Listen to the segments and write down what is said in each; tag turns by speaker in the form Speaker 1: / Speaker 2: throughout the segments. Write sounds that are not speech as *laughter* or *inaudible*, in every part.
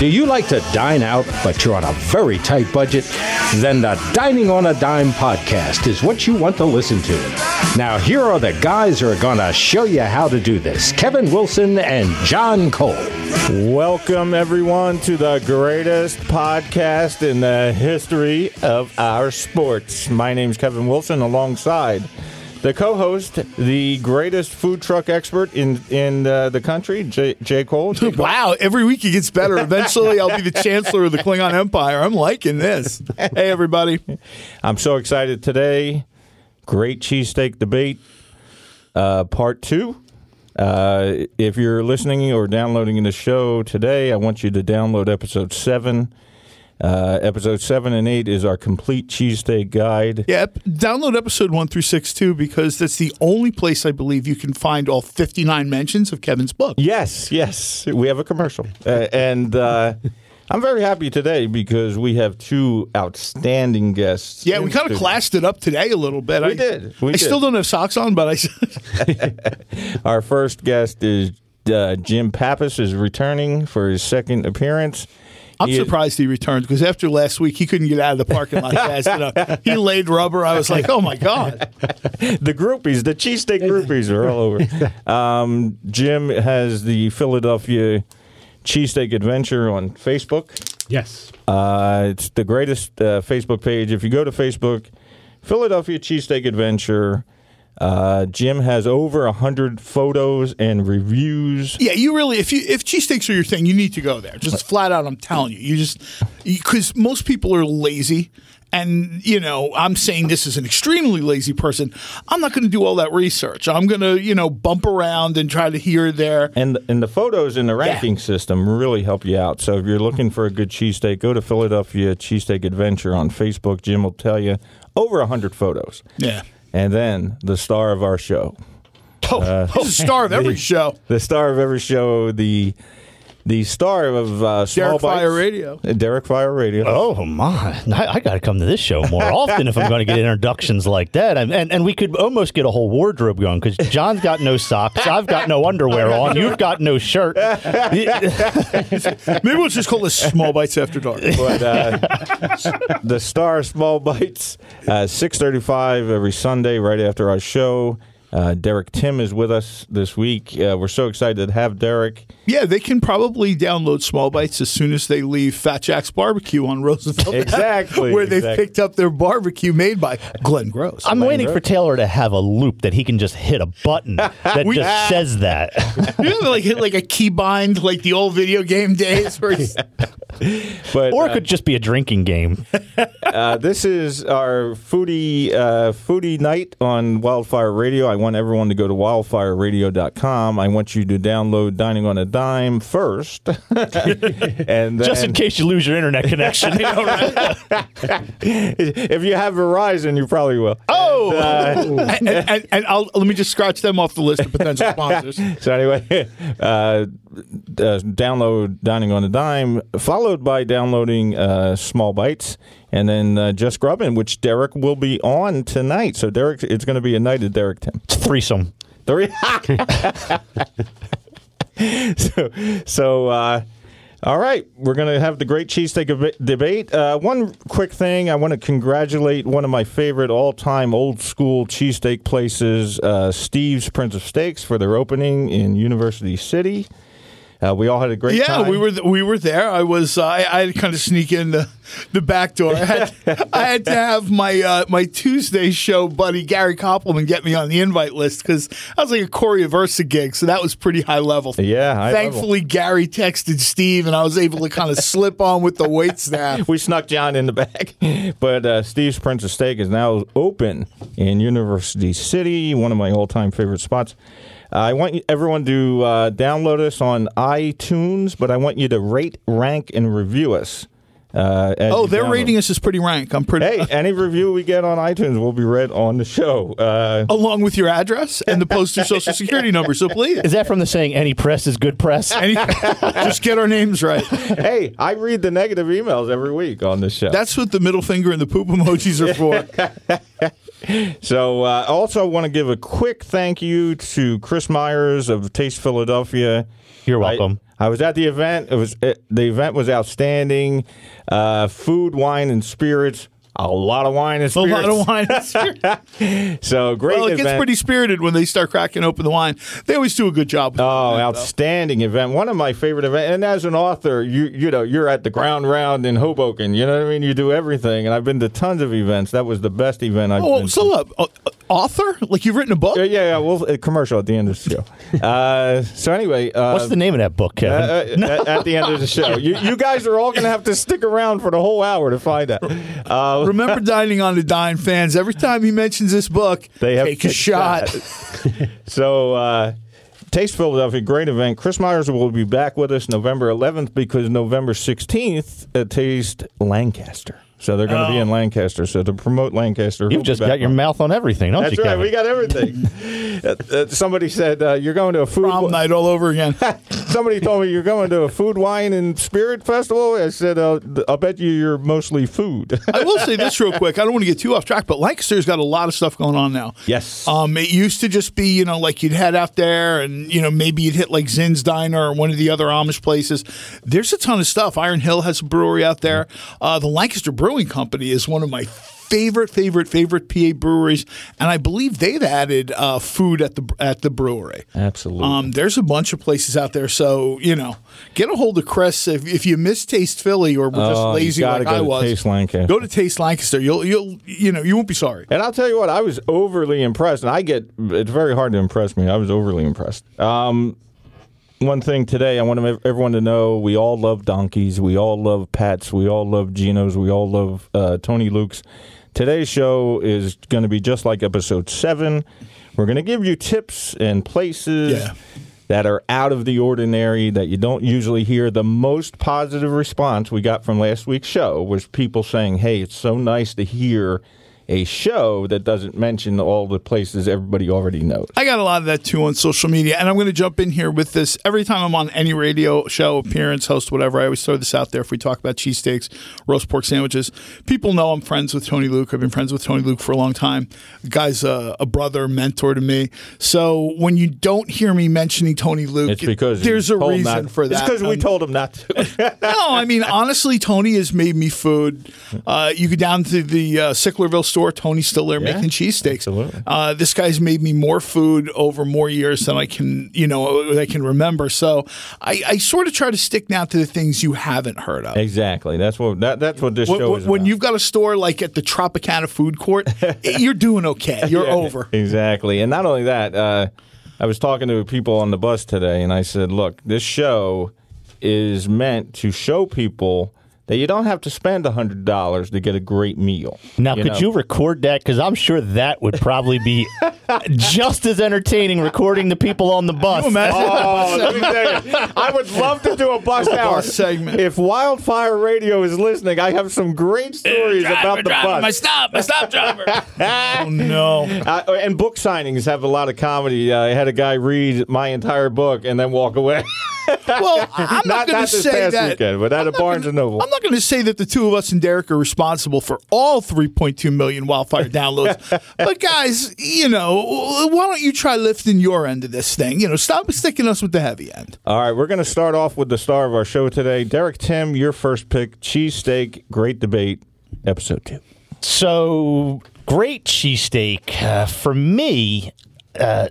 Speaker 1: Do you like to dine out, but you're on a very tight budget? Then the Dining on a Dime podcast is what you want to listen to. Now, here are the guys who are going to show you how to do this Kevin Wilson and John Cole.
Speaker 2: Welcome, everyone, to the greatest podcast in the history of our sports. My name's Kevin Wilson, alongside the co host, the greatest food truck expert in, in uh, the country, J. J. Cole. J. Cole.
Speaker 3: *laughs* Wow, every week it gets better. Eventually, I'll be the chancellor of the Klingon Empire. I'm liking this. Hey, everybody.
Speaker 2: I'm so excited today. Great cheesesteak debate, uh, part two. Uh, if you're listening or downloading the show today, I want you to download episode seven. Uh, episode seven and eight is our complete cheesesteak guide.
Speaker 3: Yep. Download episode one through six too, because that's the only place I believe you can find all 59 mentions of Kevin's book.
Speaker 2: Yes, yes, we have a commercial, uh, and uh, I'm very happy today because we have two outstanding guests.
Speaker 3: Yeah, we
Speaker 2: in
Speaker 3: kind of
Speaker 2: studio.
Speaker 3: classed it up today a little bit. We I
Speaker 2: did. We
Speaker 3: I
Speaker 2: did.
Speaker 3: still don't have socks on, but I
Speaker 2: Our first guest is uh, Jim Pappas is returning for his second appearance.
Speaker 3: *laughs* I'm
Speaker 2: He is-
Speaker 3: surprised he returned because after last week he couldn't get out of the parking lot fast enough. He laid rubber. I was like, oh my god.
Speaker 2: the groupies, the cheesesteak groupies are all over. Um, Jim has the Philadelphia Cheesesteak Adventure on Facebook.
Speaker 4: Yes.
Speaker 2: Uh, it's the greatest uh, Facebook page. If you go to Facebook, Philadelphia Cheesesteak Adventure, uh, Jim has over 100 photos and reviews.
Speaker 3: Yeah, you really if you if cheesesteaks are your thing, you need to go there. Just flat out, I'm telling you. You just because most people are lazy. And you know, I'm saying this is an extremely lazy person. I'm not going to do all that research. I'm going to, you know, bump around and try to hear there.
Speaker 2: And, and the photos in the ranking system really help you out. So if you're looking for a good cheesesteak, go to Philadelphia Cheesesteak Adventure on Facebook. Jim will tell you over 100 photos.
Speaker 3: Yeah,
Speaker 2: And then the star of our show,
Speaker 3: *laughs* oh, he's a star of every show.
Speaker 2: the star of every show, the the star of uh, Small
Speaker 3: Derek Fire
Speaker 2: Bites.
Speaker 3: Radio.
Speaker 2: Uh, Derek Fire Radio.
Speaker 4: Oh my! I, I got to come to this show
Speaker 2: *laughs*
Speaker 4: more often if I'm going to get introductions like that. And, and and we could almost get a whole wardrobe going because John's got no socks, I've got no underwear on, you've got no shirt.
Speaker 3: Maybe we'll just call this Small Bites After Dark.
Speaker 2: But
Speaker 3: *laughs*
Speaker 2: uh, the star of Small Bites, uh, six thirty-five every Sunday, right after our show. Uh, Derek Tim is with us this week. Uh, we're so excited to have Derek.
Speaker 3: Yeah, they can probably download Small Bites as soon as they leave Fat Jack's Barbecue on Roosevelt,
Speaker 2: Exactly,
Speaker 3: *laughs* where they've
Speaker 2: exactly.
Speaker 3: picked up their barbecue made by Glenn Gross.
Speaker 4: I'm waiting for
Speaker 2: Roach.
Speaker 4: Taylor to have a loop that he can just hit a button that
Speaker 3: We-
Speaker 4: just
Speaker 2: *laughs*
Speaker 4: says that.
Speaker 3: you know, like like a keybind, like the old video game days.
Speaker 2: *laughs*
Speaker 3: Where it's-
Speaker 2: But
Speaker 4: or
Speaker 2: uh,
Speaker 4: it could just be a drinking game.
Speaker 2: Uh, this is our foodie uh, foodie night on Wildfire Radio. I want everyone to go to wildfireradio.com. I want you to download Dining on a Dime first, *laughs* and
Speaker 4: Just in
Speaker 2: and
Speaker 4: case you lose your internet connection. you know, right?
Speaker 2: *laughs* if you have Verizon, you probably will.
Speaker 3: oh,
Speaker 2: uh,
Speaker 3: and, and, and I'll, let me just scratch them off the list of
Speaker 2: *laughs*
Speaker 3: potential sponsors.
Speaker 2: So anyway, *laughs* uh, uh, download Dining on a Dime, followed by downloading uh, Small Bites, and then uh, Just Grubbin, which Derek will be on tonight. So Derek, it's going to be a night of Derek Tim.
Speaker 4: It's threesome.
Speaker 2: Three. *laughs* so, so uh, all right, we're going to have the great cheesesteak ab- debate. Uh, one quick thing I want to congratulate one of my favorite all time old school cheesesteak places, uh, Steve's Prince of Steaks, for their opening in University City. Uh, we all had a great
Speaker 3: Yeah,
Speaker 2: time.
Speaker 3: we were th- we were there. I was uh, I, I had to kind of sneak in the, the back door. I had, I had to have my uh, my Tuesday show buddy Gary Koppelman get me on the invite list because I was like a choreoversa gig, so that was pretty high level.
Speaker 2: Yeah, high
Speaker 3: thankfully Gary texted Steve, and I was able to kind of slip on with the
Speaker 2: *laughs*
Speaker 3: wait staff.
Speaker 2: we snuck John in the back. *laughs* But uh, Steve's Prince of Steak is now open in University City, one of my all time favorite spots. Uh, I want you- everyone to uh, download us on iTunes, but I want you to rate, rank, and review us. Uh, as
Speaker 3: Oh,
Speaker 2: you
Speaker 3: their
Speaker 2: download.
Speaker 3: rating us is pretty rank. I'm pretty.
Speaker 2: Hey, any review we get on iTunes will be read on the show.
Speaker 3: *laughs*
Speaker 2: Uh,
Speaker 3: Along with your address and the
Speaker 2: *laughs*
Speaker 3: post your social security number, so please.
Speaker 4: Is that from the saying any press is good press?
Speaker 3: Any- just get our names right.
Speaker 2: hey, I read the negative emails every week on the show.
Speaker 3: That's what the middle finger and the poop emojis are for.
Speaker 2: So, uh, also, I want to give a quick thank you to Chris Myers of Taste Philadelphia.
Speaker 4: You're
Speaker 2: I-
Speaker 4: welcome.
Speaker 2: I, was at the event. It was it, the event was outstanding. Uh, food, wine, and spirits. A lot of wine and
Speaker 3: A
Speaker 2: spirits.
Speaker 3: lot of wine.
Speaker 2: *laughs*
Speaker 3: well,
Speaker 2: So great
Speaker 3: it
Speaker 2: event.
Speaker 3: gets pretty spirited when they start cracking open the wine. They always do a good job. With
Speaker 2: Oh,
Speaker 3: that, *laughs* though.
Speaker 2: outstanding event! One of my favorite events. And as an author, you you know you're at the ground round in Hoboken. You know what I mean? You do everything, and I've been to tons of events. That was the best event I've
Speaker 3: Oh,
Speaker 2: been.
Speaker 3: so up, uh, author? Like you've written a book?
Speaker 2: to. Yeah, yeah, yeah. Well, a commercial at the end of the
Speaker 3: *laughs*
Speaker 2: show. uh, so anyway, uh,
Speaker 4: What's the name of that book, Kevin?
Speaker 2: uh, at, at the end of the show, you, you guys are all going to have to stick around for the whole hour to find
Speaker 3: *laughs*
Speaker 2: out. Uh,
Speaker 3: Remember dining on the dime, fans. Every time he mentions this book,
Speaker 2: They have
Speaker 3: take a
Speaker 2: to
Speaker 3: shot.
Speaker 2: So, uh, Taste Philadelphia, great event. Chris Myers will be back with us November 11th because November 16th, uh, Taste Lancaster. So they're going to be in Lancaster. So to promote Lancaster, he'll
Speaker 4: Oh. You've
Speaker 2: be
Speaker 4: just
Speaker 2: back
Speaker 4: got your
Speaker 2: on-
Speaker 4: mouth on everything, don't
Speaker 2: That's
Speaker 4: you,
Speaker 2: right.
Speaker 4: Kevin?
Speaker 2: We got
Speaker 4: *laughs*
Speaker 2: everything. Uh, uh, somebody said uh, you're going to a food.
Speaker 3: Prom night all over again.
Speaker 2: Somebody told me you're going to a food, wine, and spirit festival. I said, uh, th- "I'll bet you you're mostly food." *laughs*
Speaker 3: I will say this real quick. I don't want to get too off track, but Lancaster's got a lot of stuff going on now.
Speaker 2: Yes.
Speaker 3: Um, it used to just be, you know, like you'd head out there and, you know, maybe you'd hit like Zinn's Diner or one of the other Amish places. There's a ton of stuff. Iron Hill has a brewery out there. Uh, the Lancaster Brewing Company is one of my favorite, favorite, favorite PA breweries. And I believe they've added uh, food at the at the brewery.
Speaker 2: Absolutely.
Speaker 3: Um, there's a bunch of places out there, so you know, get a hold of Chris if, if you miss Taste Philly or were just
Speaker 2: Oh, you
Speaker 3: lazy
Speaker 2: gotta
Speaker 3: like
Speaker 2: go
Speaker 3: I
Speaker 2: to
Speaker 3: was.
Speaker 2: Taste Lancaster.
Speaker 3: Go to Taste Lancaster. You'll you'll you know you won't be sorry.
Speaker 2: And I'll tell you what, I was overly impressed, and I get it's very hard to impress me. I was overly impressed. Um, one thing today, I want ev- everyone to know: we all love donkeys, we all love Pats, we all love Genos, we all love uh, Tony Luke's. Today's show is going to be just like episode seven. We're going to give you tips and places.
Speaker 3: Yeah.
Speaker 2: That are out of the ordinary that you don't usually hear. The most positive response we got from last week's show was people saying, Hey, it's so nice to hear a show that doesn't mention all the places everybody already knows.
Speaker 3: I got a lot of that too on social media, and I'm going to jump in here with this. Every time I'm on any radio show, appearance, host, whatever, I always throw this out there. If we talk about cheesesteaks, roast pork sandwiches, people know I'm friends with Tony Luke. I've been friends with Tony Luke for a long time. The guy's a, a brother, mentor to me. So when you don't hear me mentioning Tony Luke,
Speaker 2: It's because you
Speaker 3: there's a
Speaker 2: told
Speaker 3: reason
Speaker 2: not-
Speaker 3: for that.
Speaker 2: It's because we
Speaker 3: Um,
Speaker 2: told him not
Speaker 3: *laughs*
Speaker 2: to.
Speaker 3: no, I mean honestly, Tony has made me food. Uh, you go down to the uh, Sicklerville store. Tony's still there making cheesesteaks.
Speaker 2: absolutely.
Speaker 3: Uh, this guy's made me more food over more years than I can, you know, than I can remember. So I, I sort of try to stick now to the things you haven't heard of.
Speaker 2: exactly. That's what that, that's what this
Speaker 3: When,
Speaker 2: show is
Speaker 3: when- when
Speaker 2: about.
Speaker 3: you've got a store like at the Tropicana
Speaker 2: *laughs*
Speaker 3: food court, you're doing okay. You're over.
Speaker 2: Exactly. And not only that, uh, I was talking to people on the bus today, and I said, look, this show is meant to show people that you don't have to spend $100 to get a great meal.
Speaker 4: Now, could
Speaker 2: know?
Speaker 4: you record that? Because I'm sure that would probably be just as entertaining recording the people on the
Speaker 2: *laughs*
Speaker 4: bus.
Speaker 3: *laughs*
Speaker 2: Oh, let me tell you, I would love to do a bus hour
Speaker 3: bus segment.
Speaker 2: If Wildfire Radio is listening, I have some great stories about the bus.
Speaker 3: stop, my
Speaker 2: *laughs*
Speaker 3: stop driver. oh no.
Speaker 2: Uh, and book signings have a lot of comedy. Uh, I had a guy read my entire book and then walk away.
Speaker 3: Well, *laughs* I'm not,
Speaker 2: not
Speaker 3: going to
Speaker 2: this
Speaker 3: say
Speaker 2: past
Speaker 3: that.
Speaker 2: weekend, but at a Barnes and Noble.
Speaker 3: I'm not going to say that the two of us and Derek are responsible for all 3.2
Speaker 2: *laughs*
Speaker 3: million wildfire downloads. but guys, you know, why don't you try lifting your end of this thing? You know, stop sticking us with the heavy end.
Speaker 2: All right, we're going to start off with the star of our show today, Derek Tim. Your first pick: cheesesteak, great debate, episode two.
Speaker 4: So great cheesesteak uh, for me. Uh,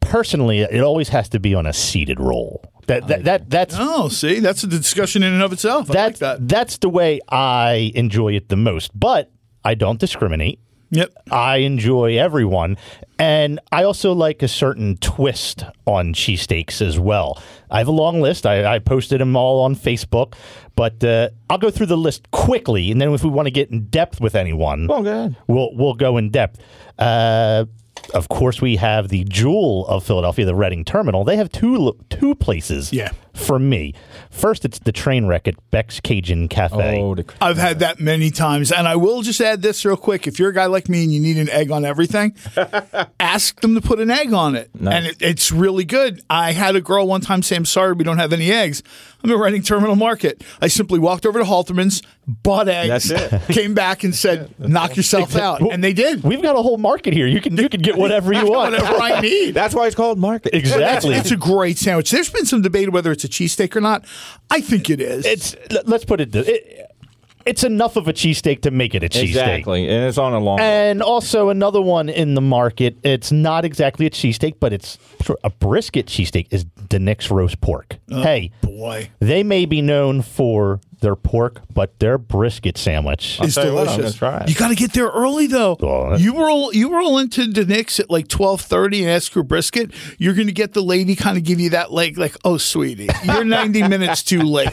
Speaker 4: personally, it always has to be on a seated roll. That that, that that's
Speaker 3: Oh, see, that's a discussion in and of itself. I like
Speaker 4: that's
Speaker 3: that.
Speaker 4: that's the way I enjoy it the most. But I don't discriminate.
Speaker 3: Yep.
Speaker 4: I enjoy everyone. And I also like a certain twist on cheesesteaks as well. I have a long list. I, I posted them all on Facebook, but uh, I'll go through the list quickly. And then if we want to get in depth with anyone,
Speaker 2: Oh, go ahead.
Speaker 4: we'll, we'll go in depth. Uh, of course, we have the jewel of Philadelphia, the Reading Terminal. They have two, lo- two places
Speaker 3: Yeah.
Speaker 4: for me. First, it's the train wreck at Beck's Cajun Cafe.
Speaker 2: Oh, the,
Speaker 3: I've had that many times. And I will just add this real quick. If you're a guy like me and you need an egg on
Speaker 4: *laughs*
Speaker 3: everything, ask them to put an egg on it. And it, it's really good. I had a girl one time say, I'm sorry, we don't have any eggs. I'm at Reading Terminal Market. I simply walked over to Halterman's, bought eggs,
Speaker 2: That's it.
Speaker 3: *laughs* came back and
Speaker 4: *laughs*
Speaker 3: said, knock yourself out. And they did.
Speaker 4: We've got a whole market here. You can you can get
Speaker 3: *laughs*
Speaker 4: whatever you want.
Speaker 3: Whatever
Speaker 4: *laughs*
Speaker 3: I need.
Speaker 2: that's why it's called market.
Speaker 4: Exactly.
Speaker 3: It's a great sandwich. There's been some debate whether it's a cheesesteak or not. I think it is.
Speaker 4: It's let- let's put it. th- it it's enough of a cheesesteak to make it a cheesesteak.
Speaker 2: Exactly, and it's on a long.
Speaker 4: And also another one in the market. It's not exactly a cheesesteak, but it's sort of a brisket cheesesteak. Is Denick's roast pork?
Speaker 3: Oh.
Speaker 4: hey,
Speaker 3: boy.
Speaker 4: they may be known for their pork, but their brisket
Speaker 3: *laughs*
Speaker 4: sandwich.
Speaker 3: It's
Speaker 2: tell you what, I'm
Speaker 3: delicious.
Speaker 2: gonna try it.
Speaker 3: You got to get there early though.
Speaker 4: Oh, that-
Speaker 3: you roll you roll into the Knicks at like twelve thirty and ask for brisket. You're going to get the lady kind of give you that leg like, oh sweetie,
Speaker 2: *laughs*
Speaker 3: you're ninety minutes too late.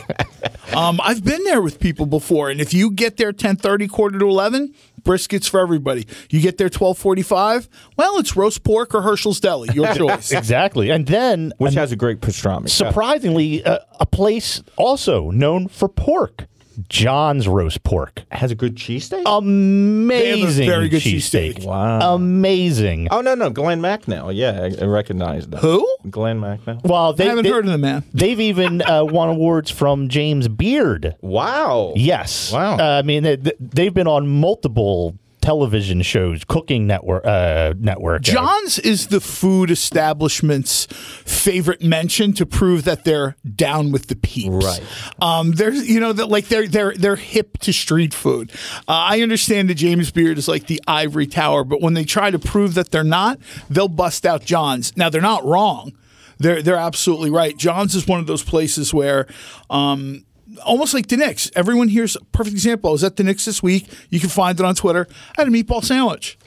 Speaker 3: Um, I've been there with people before, and if you get there ten thirty, quarter to eleven, brisket's for everybody. You get there twelve forty five, well, it's roast pork or Herschel's Deli,
Speaker 2: *laughs*
Speaker 3: your choice.
Speaker 4: exactly. And then
Speaker 2: which has a great pastrami.
Speaker 4: surprisingly, uh, a place also known for pork, John's roast pork.
Speaker 2: has a good cheesesteak?
Speaker 3: Oh.
Speaker 4: Amazing
Speaker 3: very good
Speaker 4: cheesesteak.
Speaker 3: cheesesteak.
Speaker 4: Wow. Amazing.
Speaker 2: oh, no, no. Glenn Macnell. Yeah, I, I recognize that.
Speaker 3: Who?
Speaker 2: Glenn Macnell.
Speaker 4: Well, they,
Speaker 3: I haven't
Speaker 4: they-
Speaker 3: heard of the man.
Speaker 4: They've even uh, won awards from James Beard.
Speaker 2: Wow.
Speaker 4: Yes.
Speaker 2: Wow.
Speaker 4: Uh, I mean, they, they've been on multiple television shows, Cooking Network, uh, network. uh,
Speaker 3: John's is the food establishment's favorite mention to prove that they're down with the peeps.
Speaker 2: Right.
Speaker 3: Um, there's, you know, that like they're they're they're hip to street food. Uh, I understand that James Beard is like the ivory tower, but when they try to prove that they're not, they'll bust out John's. Now they're not wrong. They're they're absolutely right. John's is one of those places where. Um, Almost like the Knicks. Everyone here's a perfect example. I was at the Knicks this week. You can find it on Twitter. I had a meatball sandwich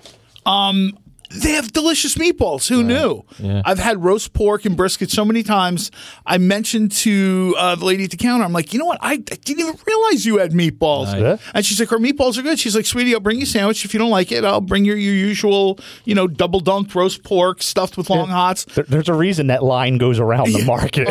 Speaker 3: Um, they have delicious meatballs. Who knew? I've had roast pork and brisket so many times. I mentioned to uh, the lady at the counter, I'm like, you know what? I, I didn't even realize you had meatballs.
Speaker 4: Yeah.
Speaker 3: And she's like, our meatballs are good. She's like, sweetie, I'll bring you a sandwich. If you don't like it, I'll bring you your usual, you know, double dunked roast pork stuffed with long hots.
Speaker 4: there- there's a reason that line goes
Speaker 3: *laughs*
Speaker 4: around the market.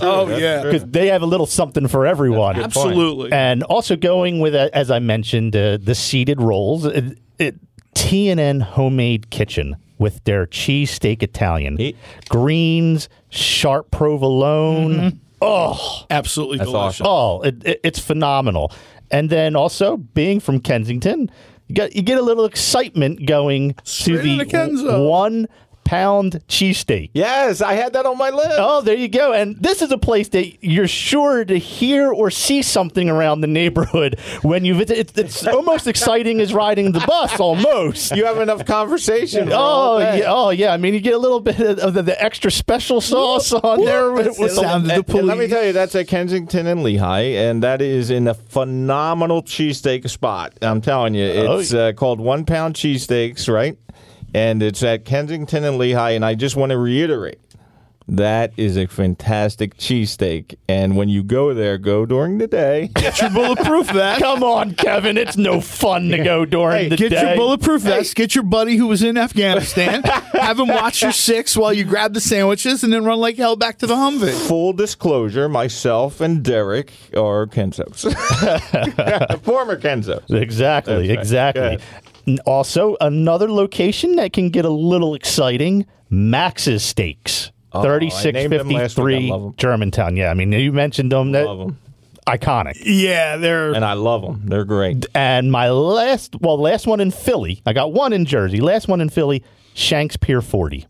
Speaker 3: Oh, yeah.
Speaker 4: Because they have a little something for everyone.
Speaker 3: Absolutely.
Speaker 4: And also going with, uh, as I mentioned, uh, the seeded rolls, it, it, TNN Homemade Kitchen with their cheesesteak Italian.
Speaker 2: Eat.
Speaker 4: Greens, sharp provolone.
Speaker 3: Mm-hmm.
Speaker 4: Oh,
Speaker 3: Absolutely delicious.
Speaker 2: awesome.
Speaker 4: oh, it, it, it's phenomenal. And then also being from Kensington, you, got, you get a little excitement going
Speaker 3: Straight
Speaker 4: to the
Speaker 3: outta Kenzo.
Speaker 4: one pound cheesesteak.
Speaker 2: Yes, I had that on my list.
Speaker 4: Oh, there you go. And this is a place that you're sure to hear or see something around the neighborhood when you visit. It's, it's almost *laughs* exciting as riding the bus, almost.
Speaker 3: *laughs*
Speaker 2: You have enough conversation. for all
Speaker 4: Oh
Speaker 2: day.
Speaker 4: yeah, oh yeah. I mean, you get a little bit of the, the extra special sauce on there with, with
Speaker 3: the sound of the
Speaker 2: And- and let me
Speaker 3: police.
Speaker 2: tell you, that's at Kensington and Lehigh, and that is in a phenomenal cheesesteak spot. I'm telling you,
Speaker 3: Oh,
Speaker 2: it's uh, called One Pound Cheesesteaks, right? And it's at Kensington and Lehigh, and I just want to reiterate. That is a fantastic cheesesteak. And when you go there, go during the
Speaker 3: *laughs*
Speaker 2: day.
Speaker 3: Get your bulletproof vest.
Speaker 4: *laughs* Come on, Kevin. It's no fun to go during the
Speaker 3: Get
Speaker 4: day.
Speaker 3: your bulletproof vest. Get your buddy who was in
Speaker 4: *laughs*
Speaker 3: Afghanistan. have him watch your six while you grab the sandwiches and then run like hell back to the Humvee.
Speaker 2: Full disclosure, myself and Derek are
Speaker 3: *laughs*
Speaker 2: Kenzos. *laughs* Former Kenzos. right.
Speaker 4: Exactly, exactly.
Speaker 2: Good.
Speaker 4: And Also, another location that can get a little exciting: Max's Steaks,
Speaker 2: Oh, I
Speaker 4: thirty-six
Speaker 2: named them last week.
Speaker 4: fifty-three
Speaker 2: I love 'em.
Speaker 4: Germantown. Yeah, I mean, you mentioned them. That,
Speaker 2: Love 'em.
Speaker 4: Iconic.
Speaker 3: Yeah, they're
Speaker 2: And I love them. They're great.
Speaker 4: And my last, well, last one in Philly. I got one in Jersey. Last one in Philly, Shanks Pier Forty.